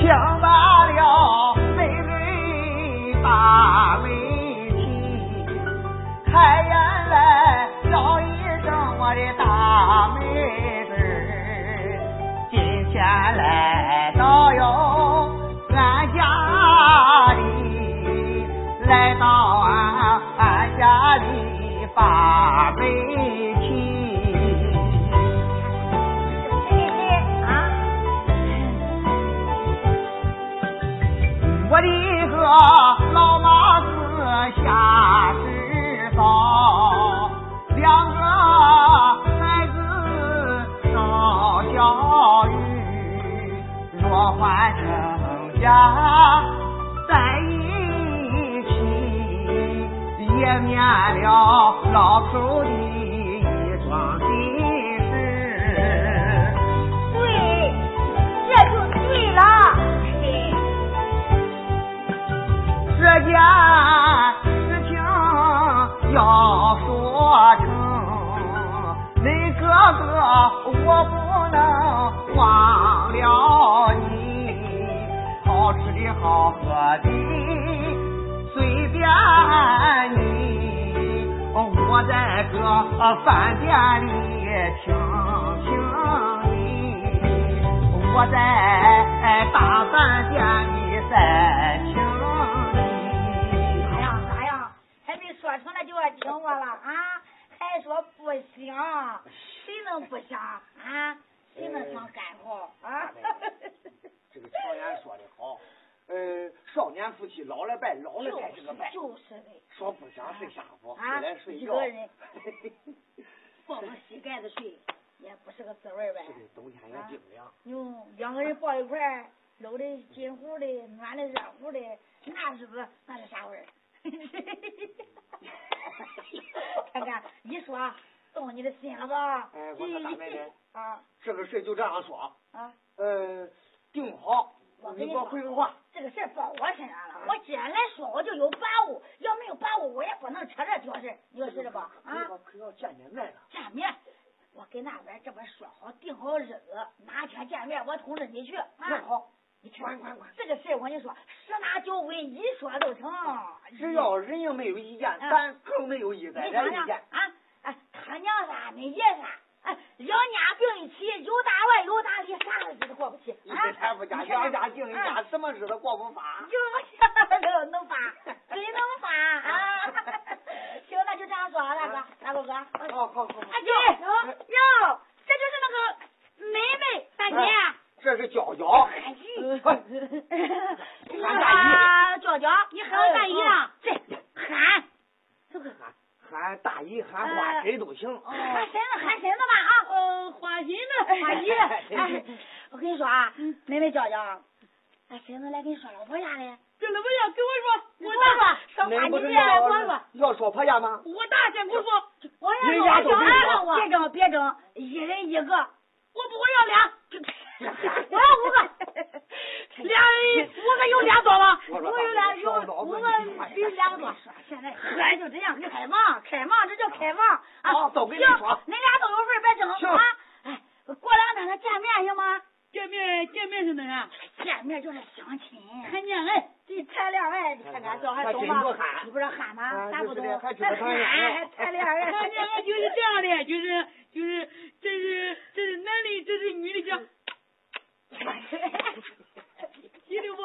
Speaker 3: 强大了美人把媒体，开眼来叫一声我的大妹子儿，今天来到哟俺家里，来到俺俺家里把媒体。
Speaker 4: 嘿嘿啊，
Speaker 3: 我的个老妈子下世早，两个孩子受教育，若换成家在一起，也免了老头的一桩心事。
Speaker 4: 对，这就对了。嘿，
Speaker 3: 这件事情要说成，恁哥哥我不能忘了你，好吃的好喝的随便你，我在这饭店里听听你。我在大饭店里在听你。
Speaker 4: 咋样咋样？还没说成了就要听我了啊？还说不行，谁能不想啊？谁能想干活啊？
Speaker 1: 这个常言说的好，呃，少年夫妻老来拜，老来
Speaker 4: 就
Speaker 1: 拜这个
Speaker 4: 是
Speaker 1: 拜，
Speaker 4: 就是的，
Speaker 1: 说不想睡下铺，
Speaker 4: 啊
Speaker 1: 起来睡
Speaker 4: 一
Speaker 1: 觉。
Speaker 4: 个人
Speaker 1: 嘿嘿
Speaker 4: 抱着膝盖子睡也不是个滋味儿呗
Speaker 1: 这。个冬天也冰凉，
Speaker 4: 哟，两个人抱一块儿，搂的紧乎的，暖的热乎的，那日子那是啥味儿？ 看看，一说动你的心了吧？
Speaker 1: 哎我说大美人
Speaker 4: 啊
Speaker 1: 这个事就这样说，
Speaker 4: 啊！
Speaker 1: 呃，定好，
Speaker 4: 我跟
Speaker 1: 你
Speaker 4: 你
Speaker 1: 给我
Speaker 4: 说，
Speaker 1: 回个话。哎
Speaker 4: 这个事儿报我身上了。我既然来说，我就有把握，要没有把握，我也不能扯这挑事儿。你说是的吧？啊，
Speaker 1: 可要可要见见面了。
Speaker 4: 见面，我跟那边这边说好，定好日子，哪天见面我通知你去。啊、
Speaker 1: 那好，
Speaker 4: 你听
Speaker 1: 管管管，
Speaker 4: 这个事儿我跟你说，十拿九稳，一说都成。
Speaker 1: 只啊要人家没有意见，
Speaker 4: 嗯
Speaker 1: 咱更没有意见，
Speaker 4: 你
Speaker 1: 咱
Speaker 4: 想
Speaker 1: 意
Speaker 4: 想
Speaker 1: 见。
Speaker 4: 啊，哎，他娘仨，恁爷仨，哎，两家并一起，有大外有大里，啥日子都过不去
Speaker 1: 一
Speaker 4: 啊！
Speaker 1: 个财富家，
Speaker 4: 你看看
Speaker 1: 两家敬一
Speaker 4: 啊
Speaker 1: 家，
Speaker 3: 嗯
Speaker 1: 什么日子过不发？
Speaker 4: 就是能发，谁能发啊？ 行，那就这样说啊，大哥，大哥哥，啊
Speaker 3: 哎
Speaker 1: 好好好，
Speaker 5: 哎
Speaker 4: 姐，哟，这就是那个妹妹大姐，啊
Speaker 1: 这是
Speaker 3: 哎
Speaker 1: 嗯娇娇，
Speaker 4: 啊
Speaker 5: 嗯
Speaker 4: 啊，娇娇，你喊我大姨了，这喊，
Speaker 1: 喊
Speaker 7: 喊大姨，喊
Speaker 4: 呃
Speaker 7: 花谁都
Speaker 4: 哦
Speaker 7: 行。
Speaker 4: 喊婶子，喊婶子吧啊！
Speaker 5: 嗯呃，花心嗯呢？
Speaker 4: 花姨，哎，我跟你说啊，妹妹娇娇，哎，婶子来跟你说老婆家嘞。
Speaker 5: 这怎么样？跟我说，我
Speaker 4: 说
Speaker 5: 大，
Speaker 4: 说，说
Speaker 7: 恁
Speaker 4: 花
Speaker 7: 不
Speaker 4: 你
Speaker 7: 是
Speaker 4: 别
Speaker 7: 要
Speaker 4: 说说。
Speaker 7: 要说婆家吗？
Speaker 5: 我大先跟我说，
Speaker 4: 我
Speaker 7: 人
Speaker 4: 让
Speaker 7: 家
Speaker 4: 我
Speaker 7: 都
Speaker 4: 小
Speaker 7: 没
Speaker 4: 孩
Speaker 7: 说
Speaker 4: 了，别争别争，一人一个。
Speaker 5: 我不我要俩，
Speaker 4: 我要五个，
Speaker 5: 俩人五个有俩多吗？
Speaker 7: 我说
Speaker 4: 我有俩有
Speaker 7: 大
Speaker 4: 五个比两个多。现 在嗨就这样开放，开放这叫开放啊！
Speaker 7: 好都跟你
Speaker 4: 行
Speaker 7: 说
Speaker 4: 恁俩都有份儿，别争
Speaker 7: 行
Speaker 4: 啊！哎，过两天咱见面行吗？
Speaker 5: 见面见面是那啥？
Speaker 4: 见面就是相亲。
Speaker 5: 看见哎，
Speaker 4: 这谈恋爱，你看看小孩懂吗
Speaker 7: 还真不喊
Speaker 4: 你不是喊吗？
Speaker 7: 啊
Speaker 4: 咱不
Speaker 7: 就是这
Speaker 4: 懂，还
Speaker 7: 还知道谈恋
Speaker 4: 喊
Speaker 7: 爱
Speaker 4: 谈恋 爱，
Speaker 5: 看见哎，就是这样的，就是就是这是这是男的，这是 女的，这记得不？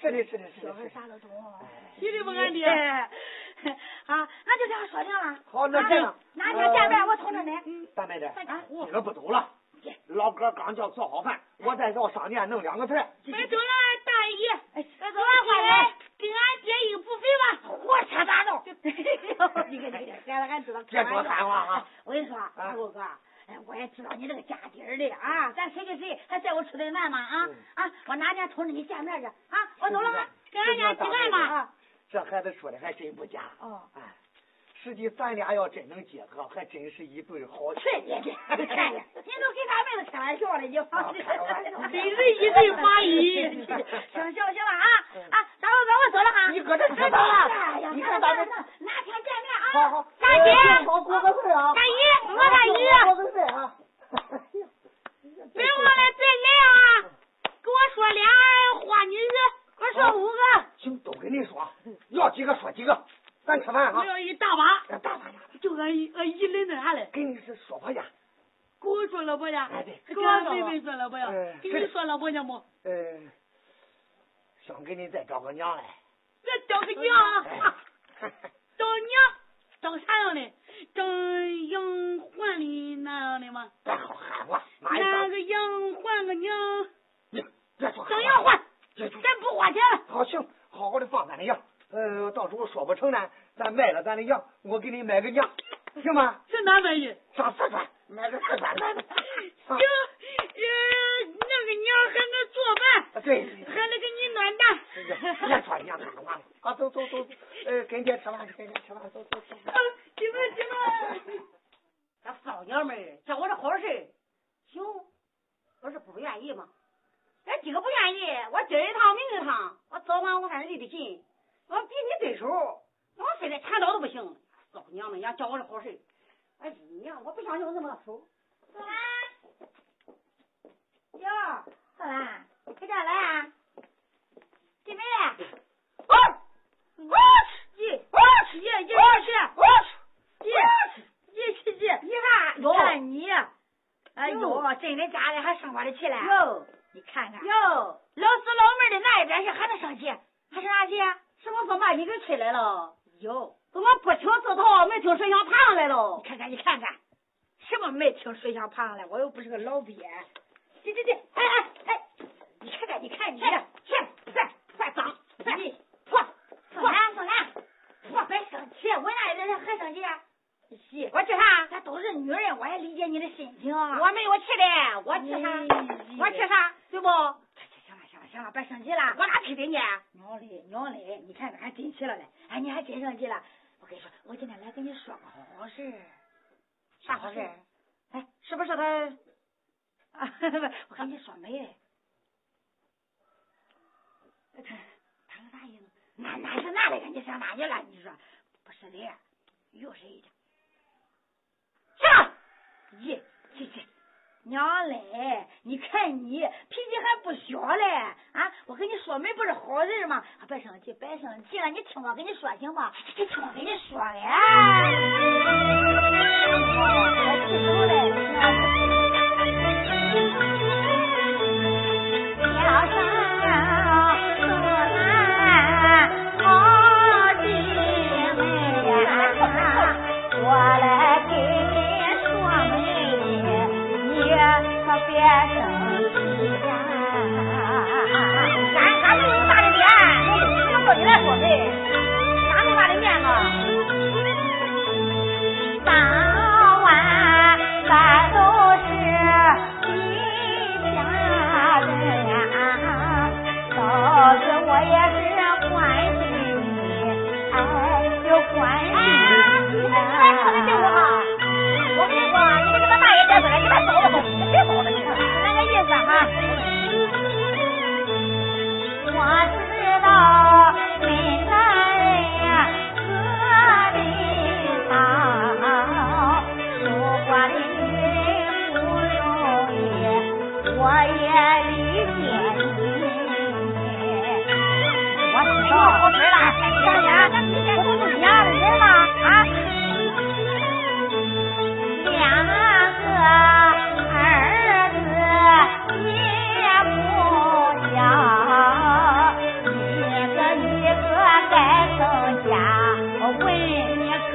Speaker 7: 是的，是的，是
Speaker 4: 小
Speaker 7: 的，
Speaker 4: 孩
Speaker 7: 是的。
Speaker 4: 啥都懂。啊
Speaker 5: 记得不，俺爹？
Speaker 4: 哎，啊，那就这样说定了。
Speaker 7: 好，那这样，
Speaker 4: 哪天见面我瞅着你。
Speaker 7: 大妹子，
Speaker 4: 啊，
Speaker 7: 哎你们不走了。老哥刚叫做好饭，我再到商店弄两个菜。
Speaker 5: 别走了，大姨，
Speaker 4: 哎，
Speaker 5: 俺俺给俺爹一个补费吧。
Speaker 4: 我扯大道。 你看你看，俺俺知道。
Speaker 7: 别多喊话啊！
Speaker 4: 我跟你说，大狗哥，哎，我也知道你这个家底儿的啊，咱谁跟谁还在乎吃顿饭吗？啊
Speaker 7: 嗯
Speaker 4: 啊，我哪天瞅着你见面去啊，我走了啊，
Speaker 5: 跟俺家吃饭吧。
Speaker 4: 啊。
Speaker 7: 这孩子说的还真不假。
Speaker 4: 哦，
Speaker 7: 哎，实际咱俩要真能结合，还真是一对好。
Speaker 4: 去你的！你看 呀，您都跟咱妹子开玩笑了，你放
Speaker 7: 啊
Speaker 4: 心。
Speaker 5: 真是一对八一
Speaker 4: 行行行了啊啊，咱们咱我走了哈。
Speaker 7: 嗯你搁这扯
Speaker 4: 哎
Speaker 7: 淡
Speaker 4: 哎呀
Speaker 7: 你看咱们
Speaker 4: 哪天见面啊？
Speaker 7: 好好，
Speaker 4: 大姐，
Speaker 7: 好过个事啊
Speaker 4: 大！姨，我大姨，
Speaker 7: 过个事啊！
Speaker 5: 别忘了再来啊！给我说俩花女子，我说五个，
Speaker 7: 行，都跟你说，要几个说几个，咱吃饭
Speaker 5: 我
Speaker 7: 啊！
Speaker 5: 要一大把，
Speaker 7: 大大大，
Speaker 5: 就俺一俺一人那啥嘞。
Speaker 7: 跟你是说婆家，
Speaker 5: 给我说老婆家，
Speaker 7: 哎对
Speaker 5: 给俺妹妹说老婆家
Speaker 7: 哎，
Speaker 5: 给你说老婆家不？
Speaker 7: 呃，想给你再找个娘来。
Speaker 5: 这找个娘，找娘，找啥样的？找杨焕的那样的吗？
Speaker 7: 咱好喊我，妈
Speaker 5: 哪
Speaker 7: 呀！
Speaker 5: 个杨换个娘？
Speaker 7: 别别说，
Speaker 5: 整杨换，
Speaker 7: 这就
Speaker 5: 咱不花钱了。
Speaker 7: 好行，好好的放咱的羊。呃，到时候说不成呢，咱卖了咱的羊，我给你买个羊，行吗？
Speaker 5: 是哪满意？
Speaker 7: 上四川买个四川来的。
Speaker 5: 行，呃，那个娘还能做饭。
Speaker 7: 啊，对，哎
Speaker 5: 还能给你暖蛋。
Speaker 7: 别穿羊看完了啊，走走走，呃，跟爹吃饭去，跟爹吃饭，走走走。
Speaker 5: 啊你们你们，
Speaker 4: 那骚娘们儿，叫我这好事儿，行，我是不愿意嘛。俺今个不愿意，我今儿一趟明一趟，我早晚我反正离得近，我比你对手，我非得缠到都不行。骚娘们，要叫我这好事儿，哎娘，我不想用那么手。小兰，哟，小兰，给家来啊？进门来。我我去，我去，我去，我去，我去。
Speaker 5: 一起去。
Speaker 4: 你看，
Speaker 5: 哟
Speaker 4: 看你，哎
Speaker 5: 哟
Speaker 4: 呦，真的假的，还生我的气了？哟，你看看，哟，老子老妹儿的那一边去，还能生气？还生啥气？什么不骂你给气来了？哟，怎么不听自套，没听水箱爬上来了？你看看，你看看，什么没听水箱爬上来？我又不是个老鳖。这这这，哎哎哎，你看看，你看你，去快快脏，快破破烂破烂，破别生气，啊我那一边还生气？我气啥？咱都是女人，我也理解你的心情。啊我没有气的，我气啥？我气啥？对不？行了行了行了，别生气了。我哪气的你？娘嘞娘嘞，你看还真气了嘞！哎，你还真生气了。我跟你说，我今天来跟你说个好事儿。啥好事儿？哎，是不是他？啊， 我跟你说没嘞。他他个啥意思？那哪是那嘞？你上哪去了？你说不是的，又是一家。上！咦，这这，娘嘞，你看你脾气还不小嘞啊！我跟你说没不是好事吗？啊别生气，别生气了，你听我跟你说行吗？你听我跟你说嘞。哎记住嘞
Speaker 5: 小啊生可爱好姐妹呀，我来给你说媒，你可别生气呀。
Speaker 4: 咱咱没有那么大的脸，你怎么过你来说媒？哪那么大的面子？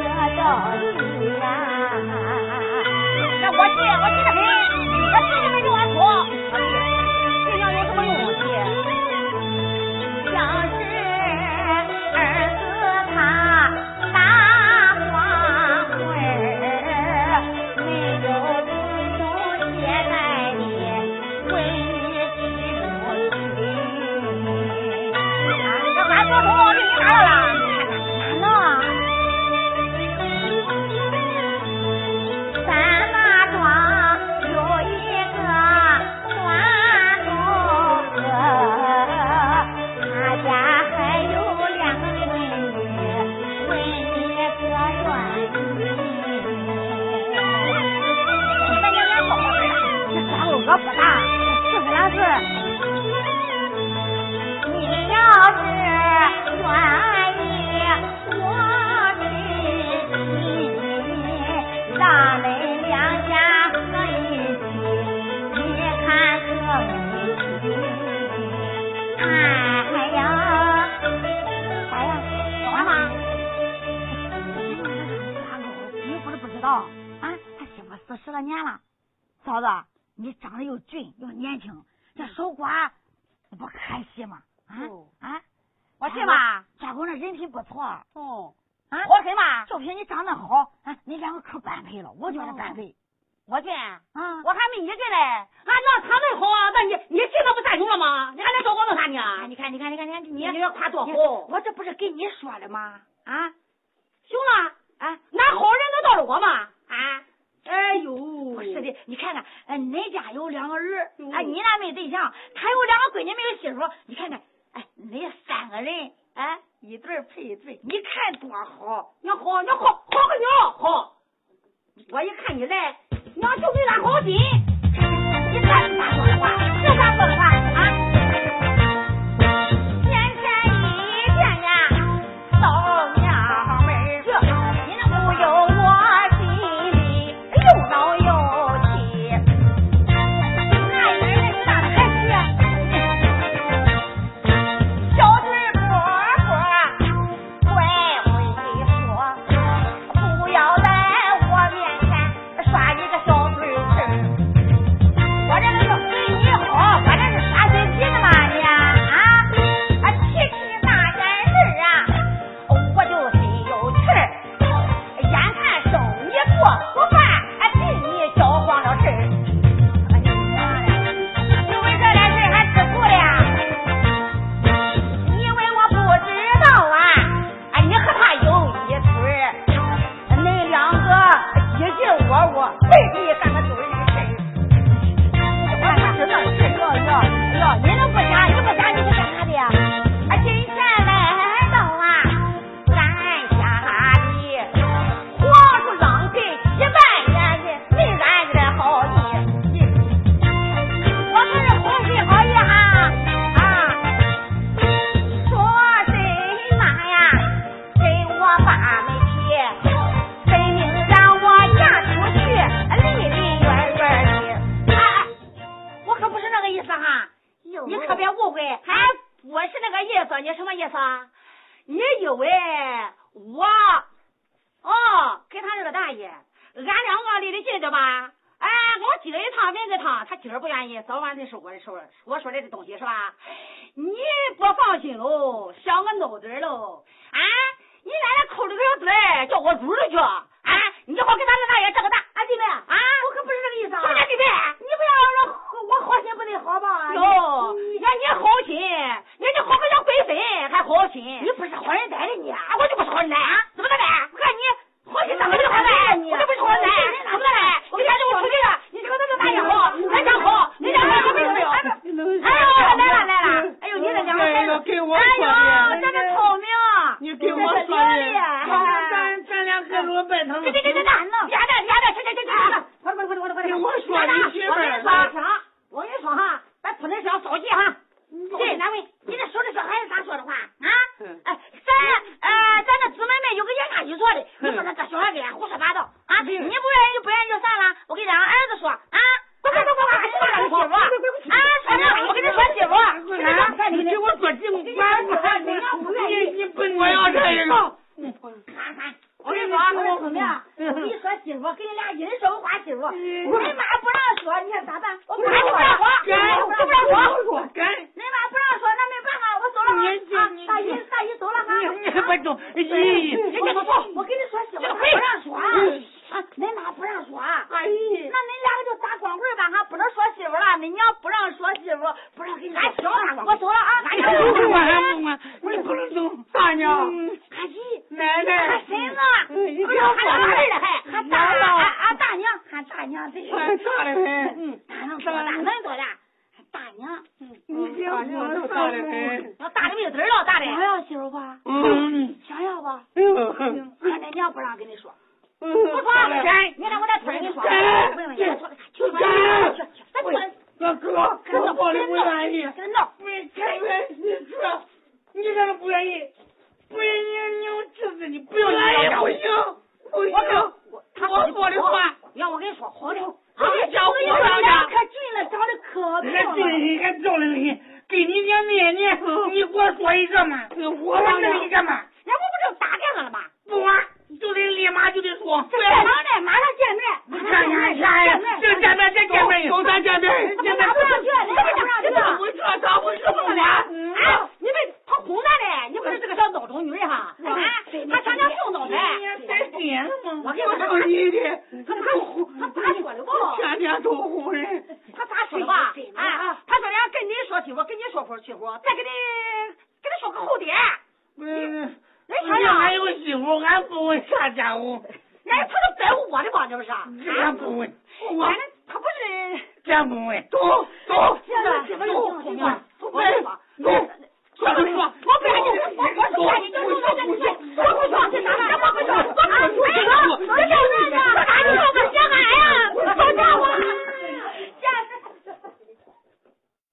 Speaker 5: 义呀、
Speaker 4: 那我急，我急得很，我急得很就往出。老弟，这样有什么用？姐，
Speaker 5: 要是儿子他大光棍儿，没有弟兄接待你，为之不去。
Speaker 4: 那俺多头就你拿着了。
Speaker 5: 那咱那庄有一个花头哥，他家还有两个闺女，闺女可愿意。咱娘俩好那咱我不大，是不是你要是愿意，我娶你，咱们两家合一起，你看可美不哎呀，哎呀，妈妈，
Speaker 8: 大狗，你不是不知道啊？他媳妇死十来年了。嫂子，你长得又俊又年轻，这守寡那不可惜吗？啊、啊！
Speaker 4: 我去吧。
Speaker 8: 家狗那人品不错啊，
Speaker 4: 哦，活谁嘛？
Speaker 8: 就凭你长得好，啊，你两个可般配了，我觉得般配
Speaker 4: 我去，
Speaker 8: 啊。
Speaker 5: 哦
Speaker 4: 我还没你这嘞。俺让他们好啊，那你你气都不占有了吗？你还能找我弄啥你啊？
Speaker 8: 啊，你看，你看，你看，你看，你
Speaker 4: 你这夸多好，
Speaker 8: 我这不是跟你说了吗？啊，
Speaker 4: 行了，
Speaker 8: 啊，
Speaker 4: 那好人能到了我吗？
Speaker 8: 啊，
Speaker 4: 哎呦，不
Speaker 8: 不是的，你看看，呃，恁家有两个儿，
Speaker 4: 嗯
Speaker 8: 哎，你那没对象，他有两个闺女没有媳妇，你看看，哎，恁三个人，哎，一对儿配一对儿，你看多好。
Speaker 4: 你好，你好，好个鸟，好。我一看你来，娘就对咱好心。
Speaker 5: 你看你咋说的话，就咋说的话啊！天天一见呀，都娘们儿热，你那不由我心里又恼又气。那一人是哪的孩
Speaker 4: 啊
Speaker 5: 子？小嘴婆婆怪会说。不要在我面前耍你个小嘴吃，我这个是对你好，我这是耍嘴皮子嘛你啊啊！提起那件事啊，我就心有气儿。眼看生你做不饭，替你搅黄了事儿。哎你为这点事还吃醋了？你以为我不知道啊？哎，你和他有一腿儿，恁两个唧唧窝窝，非得干个堆儿的事儿。
Speaker 4: 哎
Speaker 5: 我不知道是哟哟哟，你都不讲，你不讲，你是干啥的呀？啊，今天来到啊，咱家里，活出浪给一万元的，没俺这好意。我可是红心好意哈啊！说谁妈呀，给我把媒去，分明让我嫁出去，离离远远
Speaker 4: 哎哎，我可不是那个意思哈，
Speaker 5: 的。
Speaker 4: 你可别误会，哎，我是那个意思，你什么意思啊？你以为我哦跟他是个大爷，俺两个离得近的吧？哎，我挤了一趟门子趟，他今儿不愿意，早晚得是我的说我说的这东西是吧？你不放心喽，想我脑子儿喽啊！你奶奶抠了个小嘴儿，叫我入了去啊！你好跟他那大爷这个大啊，弟妹啊！我可不是这个意思啊！什么叫弟妹？你不要让我好心不得好吧？哟，人家你好心，人家好个像鬼神，还好心。你不是好人呆的你啊！我就不是好人呆啊！怎么的嘞？我看你好心怎么就好人呆？我就不是好人呆，怎么的嘞？你看这我出去了，你瞅那大爷好，那家好，那家好，没有没有？哎呦，来了来了！哎呦，你这两个孩子，
Speaker 7: 给我
Speaker 4: 哎呦，这是聪明，
Speaker 7: 你给我
Speaker 4: 这是
Speaker 7: 说
Speaker 4: 伶俐，哎
Speaker 7: 咱咱俩各路奔腾
Speaker 4: 这这这这哪呢？丫的丫的，去去去去去！快点快点快点快点！
Speaker 7: 我说
Speaker 4: 丫的
Speaker 7: 你媳妇
Speaker 4: 我跟
Speaker 7: 儿
Speaker 4: 你说啊，我跟你说哈，咱不能想着急哈。这难为你这说这小孩子咋说的话啊？哎，咱呃咱这姊妹们有个言差语错的，你说咱这小孩给俺胡说八道啊？你不愿意就不愿意就算了，我给俺儿子说啊。快快快快快！你说媳妇啊，说我跟你说媳妇，啊，你给我说媳妇，我
Speaker 7: 你你不我要这个。
Speaker 4: 看看，
Speaker 5: 我跟你说啊，二姑娘，我跟你说媳妇，跟你俩一人说花媳妇，我
Speaker 4: 嗯
Speaker 5: 你妈不让说，你看咋办？我妈不让说，我不让说，恁妈不让说，那没办法，我走了啊！大姨，大姨走了哈。
Speaker 4: 不中，咦，
Speaker 5: 我不我跟你说媳妇，她不让说啊，恁妈不让说啊。
Speaker 8: 哎
Speaker 5: 那
Speaker 8: 呀，
Speaker 5: 恁两个就打光棍吧哈，不能说媳妇了。恁娘不让说媳妇，不让给你俺听了，我走了啊。嗯俺
Speaker 4: 你不能走，大娘，
Speaker 5: 俺姨，
Speaker 8: 奶
Speaker 5: 俺
Speaker 8: 奶，
Speaker 5: 孙子，
Speaker 8: 你
Speaker 5: 哎呦，喊大人了还，喊大人，俺俺大娘，喊大娘这。
Speaker 8: 快大的很，
Speaker 5: 嗯，大娘多大？恁多大？嗯大娘，
Speaker 8: 你别我大的很，
Speaker 5: 要大的没有底儿了，大的。想要媳妇不？
Speaker 8: 嗯，
Speaker 5: 想要不？俺
Speaker 8: 哎呦，嗯，
Speaker 5: 恁娘不让跟你说，
Speaker 8: 不
Speaker 5: 不说。你看我这腿，你
Speaker 8: 嗯
Speaker 5: 说，问问你，去去去，咱滚。
Speaker 8: 大嗯哥，我抱的不愿意，
Speaker 5: 跟闹，
Speaker 8: 没开元你主，你让他不愿意，不愿意你我治死你，不要
Speaker 5: 哎
Speaker 8: 你不行，不行，我说的话，
Speaker 5: 要我跟你说，黄牛，
Speaker 8: 这家伙
Speaker 5: 我
Speaker 8: 我
Speaker 5: 俩
Speaker 8: 俩
Speaker 5: 可俊了，长得可漂
Speaker 8: 还
Speaker 5: 亮。
Speaker 8: 俊还漂亮很，给你点面子，你给我说一个嘛，我弄一个嘛，
Speaker 5: 那我不就打这个了吗？
Speaker 8: 不管就得立马就得说，
Speaker 5: 这见面的马上见面，
Speaker 8: 你
Speaker 5: 马上
Speaker 8: 看
Speaker 5: 见
Speaker 8: 看
Speaker 5: 面，
Speaker 8: 看呀，
Speaker 5: 见面。
Speaker 8: 这见面再见面，高三见面，
Speaker 5: 你咋不让去？你咋不让去？
Speaker 8: 我这咋我这么俩？
Speaker 5: 哎，你们他哄咱嘞，你不是这个小孬种女哈？啊，他常常送到来。
Speaker 8: 太甜了吗？
Speaker 5: 我跟你说，
Speaker 8: 你的，
Speaker 5: 他他他咋说的不？
Speaker 8: 天天都哄人。
Speaker 5: 他咋说的吧？啊，他说人跟你说媳妇，跟你说会儿媳妇，再给你给你说个后爹。
Speaker 8: 嗯，
Speaker 5: 人瞧
Speaker 8: 你
Speaker 5: 瞧，
Speaker 8: 还有媳妇，俺不问啥家伙，
Speaker 5: 人他都在乎我的吧？这不是？
Speaker 8: 俺不问，我
Speaker 5: 反正他不是。
Speaker 8: 咱不问，走走，
Speaker 5: 这个媳妇有病，媳妇，我不说，
Speaker 8: 快点说，
Speaker 5: 我不让你，我我不说，你就说这这这，我不说，这咱咱我不说，我不说，我这这这，俺就说个想俺呀，好家伙，
Speaker 8: 嗯
Speaker 5: 这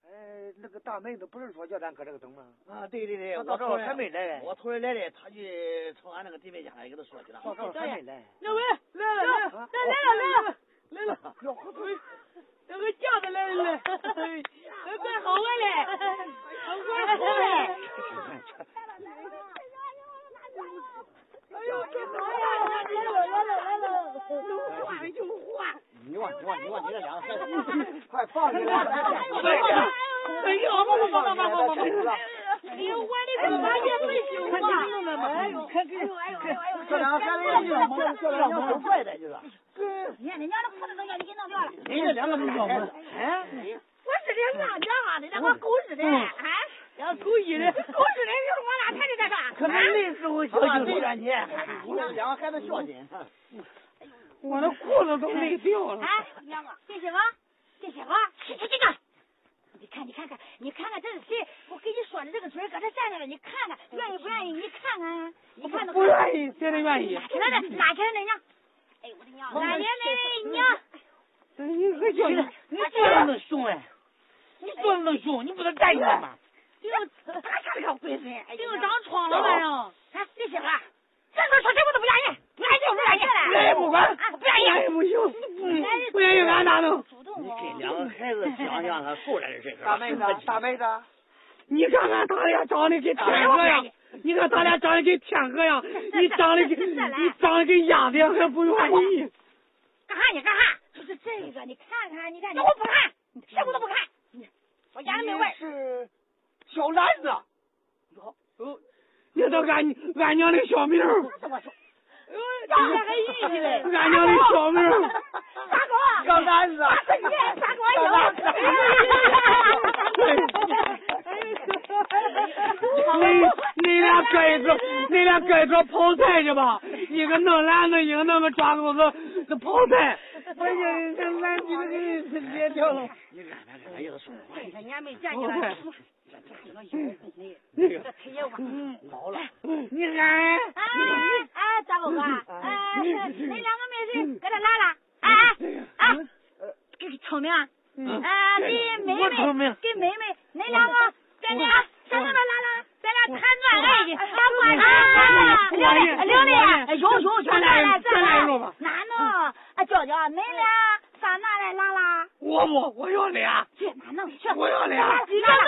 Speaker 3: 哎，那个大妹子不是说叫咱搁这个等吗？
Speaker 1: 啊，对对对，
Speaker 3: 我
Speaker 1: 我
Speaker 3: 到这
Speaker 1: 头
Speaker 3: 儿还没来嘞，
Speaker 1: 我头儿来了，他就从俺那个弟妹家来给他说去了。
Speaker 3: 到这儿还没来。
Speaker 4: 那位来了来了来了来了来了，那个架子来了来，怪好我嘞，怪好嘞，哎呦，这
Speaker 5: 来了来了来了，
Speaker 1: 你往你往你哎往你这两个孩子，
Speaker 3: 快放下来！
Speaker 8: 哎呦，我我我我我我，
Speaker 4: 哎呦，我的个妈也没修啊！哎呦，
Speaker 3: 这两个孩子也是，这两个都怪的，你说。
Speaker 5: 你看人家那裤子都要你给弄掉了，
Speaker 1: 人家两个都叫我。
Speaker 5: 我是的啥这哈的，那个狗似的，啊，
Speaker 4: 要故意的，
Speaker 5: 狗似的，就是往哪抬的在这，
Speaker 3: 可能累死我去
Speaker 1: 啊，
Speaker 3: 了
Speaker 1: 对。着你，两个孩子 孝敬。
Speaker 4: 啊
Speaker 8: 我的裤子都累掉了。
Speaker 5: 哎，娘啊，这媳妇，这媳妇，去去去去！你看，你看看，你看看这是谁？我跟你说的这个嘴儿搁这站着了，你看看，愿意不愿意？你看看，你看都
Speaker 8: 嗯不愿意，谁的愿意
Speaker 5: 拉？起来了，拉起来了，娘！哎呦我的娘！来来来，娘！
Speaker 8: 你个叫你，
Speaker 5: 哎你
Speaker 8: 做的能凶哎，你做的能凶，你不能带你
Speaker 5: 哎
Speaker 8: 吗？哎
Speaker 5: 就打下了个龟孙，哎
Speaker 4: 就长疮了吧又。
Speaker 5: 哎，这媳妇，这说说什么都不愿意，哎不愿意就不愿意了，
Speaker 8: 愿意不管，
Speaker 5: 不愿
Speaker 8: 愿
Speaker 5: 意
Speaker 8: 意不行，不愿意俺哪能？
Speaker 5: 主动
Speaker 1: 你
Speaker 5: 哦。
Speaker 1: 给两个孩子想想他后来的事儿。
Speaker 3: 大妹子，大妹子，
Speaker 8: 你看看他俩长得跟天鹅样，你看他俩长得跟天鹅 样，你长得跟你长得跟鸭子样还不愿意。
Speaker 5: 干哈你干哈？就是这个，你看看，你看，你我不看，什么都不看，我眼里没味儿。
Speaker 3: 是小兰子。
Speaker 8: 你都俺俺娘的小名儿，哎
Speaker 5: 还玉嘞
Speaker 8: 俺娘的小名儿，
Speaker 5: 大哥，
Speaker 3: 小兰子，
Speaker 5: 大哥，啊 大哥有。
Speaker 8: 你哎你俩搁一桌，你俩搁一桌泡菜去吧，一个弄篮子，一个弄个抓钩子，那泡菜。哎呀，这篮子给你裂掉了。
Speaker 1: 你安排安排，意思说话。
Speaker 5: 人家没见你了，
Speaker 8: 那个，
Speaker 5: 哎呀我，
Speaker 1: 老了，
Speaker 8: 你俺
Speaker 5: 哎哎，大狗哥，哎，那两个没事，搁这拉拉，哎哎，给聪明，哎，给妹妹，给妹妹，那两个在那在那边拉拉，咱俩谈恋爱去，谈关系，玲玲玲玲，哎有有有，咱俩咱俩，哪能？啊，娇娇，恁俩上哪来拉拉？
Speaker 8: 我不，我要俩，
Speaker 5: 去哪哎弄去？
Speaker 8: 我要俩，
Speaker 5: 拉拉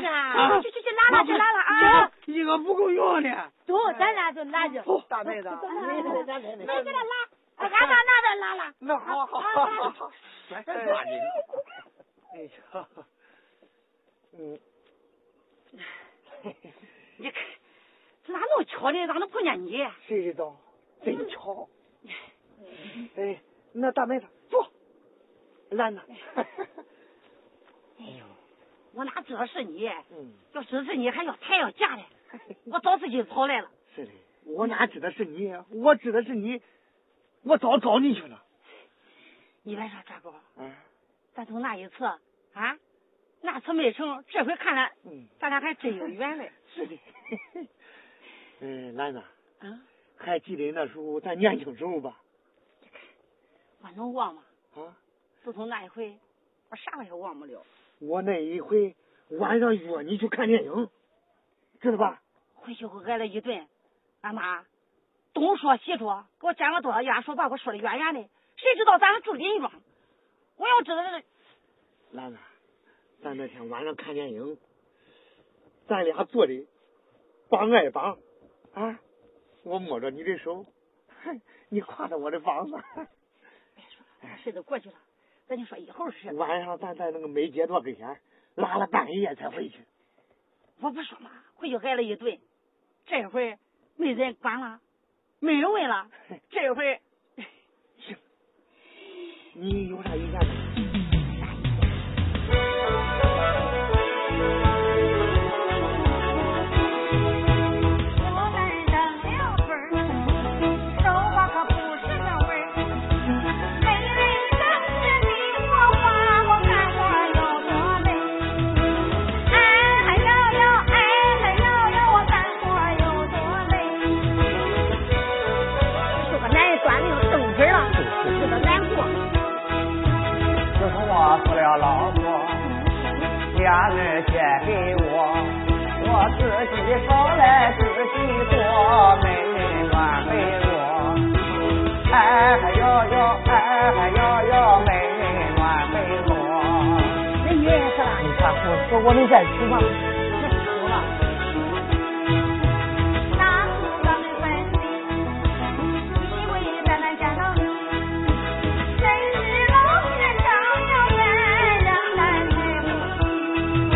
Speaker 5: 拉拉去去去拉拉去拉拉啊！
Speaker 8: 一个不够用的。
Speaker 5: 对，
Speaker 8: 走，咱俩就拉去。
Speaker 1: 大妹子，
Speaker 8: 没给他拉，俺家那的拉拉。
Speaker 1: 那
Speaker 5: 啊
Speaker 1: 好好好好，咱咱抓紧。哎呀，嗯，
Speaker 4: 你看，咋那么巧呢？咋能碰见你？
Speaker 1: 谁知道，真巧。哎，那大妹子坐，拦着。
Speaker 4: 哎我哪知道是你？
Speaker 1: 嗯，
Speaker 4: 要知是你，还要抬要 架的，我早自己跑来了。
Speaker 1: 是的，我哪指的是你？啊我指的是你，我早找你去了。
Speaker 4: 你别说抓狗，
Speaker 1: 嗯
Speaker 4: 咱从那一次啊，那次没成，这回看来
Speaker 1: 嗯，
Speaker 4: 咱俩还 真有缘嘞。
Speaker 1: 是的。 嗯，兰子，
Speaker 4: 啊，
Speaker 1: 还记得那时候咱年轻时候吧？
Speaker 4: 我能忘吗？
Speaker 1: 啊，
Speaker 4: 自从那一回，我啥也忘不了。
Speaker 1: 我那一回晚上约你去看电影，知道吧？
Speaker 4: 回去后挨了一顿，俺妈东说西说，给我占了多少牙说把我说的远远的。谁知道咱们住邻庄，我要知道这
Speaker 1: 兰子，咱那天晚上看电影，咱俩坐的帮挨帮，啊，我摸着你的手， 你挎着我的膀子。
Speaker 4: 事哎都过去了，咱就说以后的事。
Speaker 1: 晚上咱在那个美街道跟前拉了半夜才回去。
Speaker 4: 我不说嘛，回去挨了一顿。这回没人管了，没人问 了。这回
Speaker 1: 你有啥意见吗？
Speaker 5: 我们扔了份儿，手把可不是那味儿。没人跟着你我花，我看我有多累。哎呀呀，哎呀呀，我看我有多累。
Speaker 4: 说个男人短命正直了，日子难过。
Speaker 3: 自从我死了老婆，家人献给我，我自己烧来自己做，没人管没我。哎嗨呦呦，哎嗨呦呦，没人管没我。
Speaker 4: 人也是啦，
Speaker 3: 你看我说我能再娶吗？
Speaker 4: 这丑了。
Speaker 5: 那是咱们关系，因为咱们家到你，真是老天长条远，让咱太不易。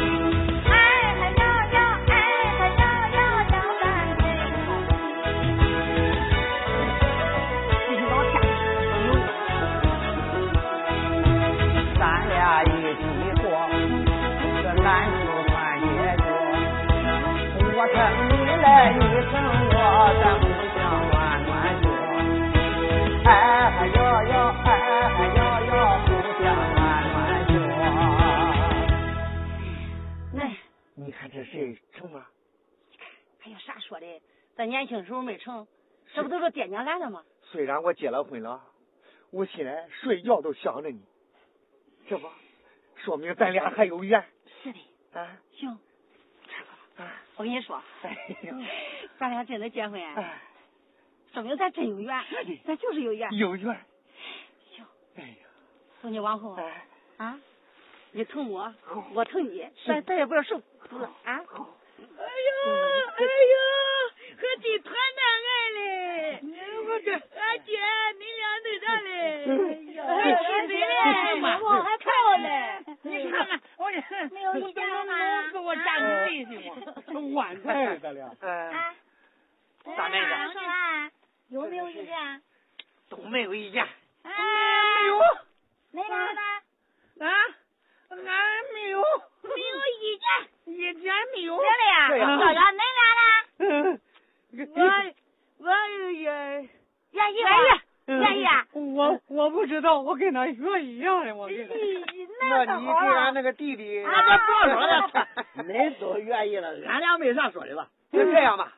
Speaker 5: 哎嗨呀呀，哎嗨呀呀，让咱太不易。
Speaker 3: 咱俩一起过，这难就算解脱。我疼你来，你疼我，咱互相暖暖说。哎嗨呦呦，哎嗨呦呦，互相暖暖说。
Speaker 4: 那
Speaker 1: 你看这事成吗？
Speaker 4: 哎还有啥说的？咱年轻时候没成，这不都是爹娘来的吗？
Speaker 1: 虽然我结了婚了，我现在睡觉都想着你，这不说明咱俩还有缘
Speaker 4: 是的，
Speaker 1: 啊！
Speaker 4: 行。我跟你说，
Speaker 1: 哎呀，
Speaker 4: 咱俩真的结婚啊，
Speaker 1: 哎
Speaker 4: 说明咱真有缘，咱就是有缘。
Speaker 1: 有缘。
Speaker 4: 行。
Speaker 1: 哎呀，
Speaker 4: 从今往后
Speaker 1: 哎，
Speaker 4: 啊，你疼我，我疼你，咱咱也不要受苦了啊。
Speaker 8: 哎呦，哎呦，还真谈恋爱嘞！我这俺姐你俩对上嘞，哎呀，俺对嘞，我还泡嘞。你看看我这没有一点儿 给我站你对去 我。
Speaker 1: 晚菜咱俩。
Speaker 3: 嗯
Speaker 1: 哎，
Speaker 8: 大妹子，有没有意见？
Speaker 1: 都没有意见。
Speaker 8: 哎，没有。
Speaker 5: 没啥吧？
Speaker 8: 啊，俺没有，没有意见，一点没有。
Speaker 4: 呀
Speaker 1: 对呀
Speaker 4: 小袁恁俩
Speaker 8: 我我也。
Speaker 4: 愿意吗？愿
Speaker 8: 愿
Speaker 4: 意
Speaker 8: 意
Speaker 4: 啊
Speaker 8: 啊！我我不知道，我跟他学一样的，我跟他。
Speaker 1: 那你
Speaker 8: 啊
Speaker 1: 给俺那个弟弟，
Speaker 9: 那不要
Speaker 4: 啊
Speaker 9: 说了， 恁都愿意了，俺俩没啥说的了。
Speaker 1: 就这样吧。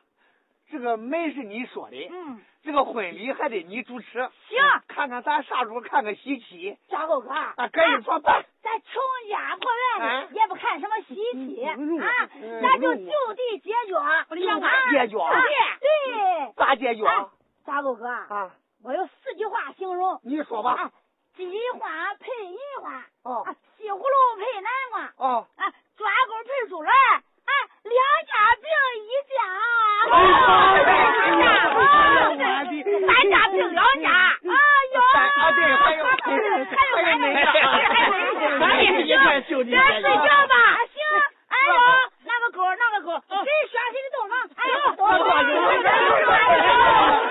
Speaker 1: 这个媒是你说的，
Speaker 4: 嗯，
Speaker 1: 这个婚礼还得你主持。
Speaker 4: 行，
Speaker 1: 看看咱啥时候看个喜气
Speaker 4: 张狗哥，
Speaker 1: 啊，赶紧装扮。
Speaker 4: 咱穷家破院
Speaker 1: 啊
Speaker 4: 的也不看什么喜气啊，
Speaker 1: 嗯
Speaker 4: 咱就就地解决。我
Speaker 1: 就解决
Speaker 4: 啊对，
Speaker 1: 咋解决啊？
Speaker 4: 张狗哥，
Speaker 1: 啊，
Speaker 4: 我有四句话形容：
Speaker 1: 你说吧。
Speaker 4: 金花配银花，
Speaker 1: 哦
Speaker 4: 啊，西葫芦配南瓜，
Speaker 1: 哦，
Speaker 4: 啊，抓狗配猪笼，啊，两家并一家。
Speaker 1: 哦
Speaker 5: 咱家咱家并两家，哎呦，
Speaker 8: 啊对还有
Speaker 5: 还有
Speaker 4: 哎
Speaker 8: 还
Speaker 1: 哎
Speaker 8: 有哪个
Speaker 5: 还有
Speaker 3: 块兄弟
Speaker 5: 这睡觉吧，行，哎呦，
Speaker 4: 哎
Speaker 5: 那个狗，那个狗，谁拴谁的都能，哎呦，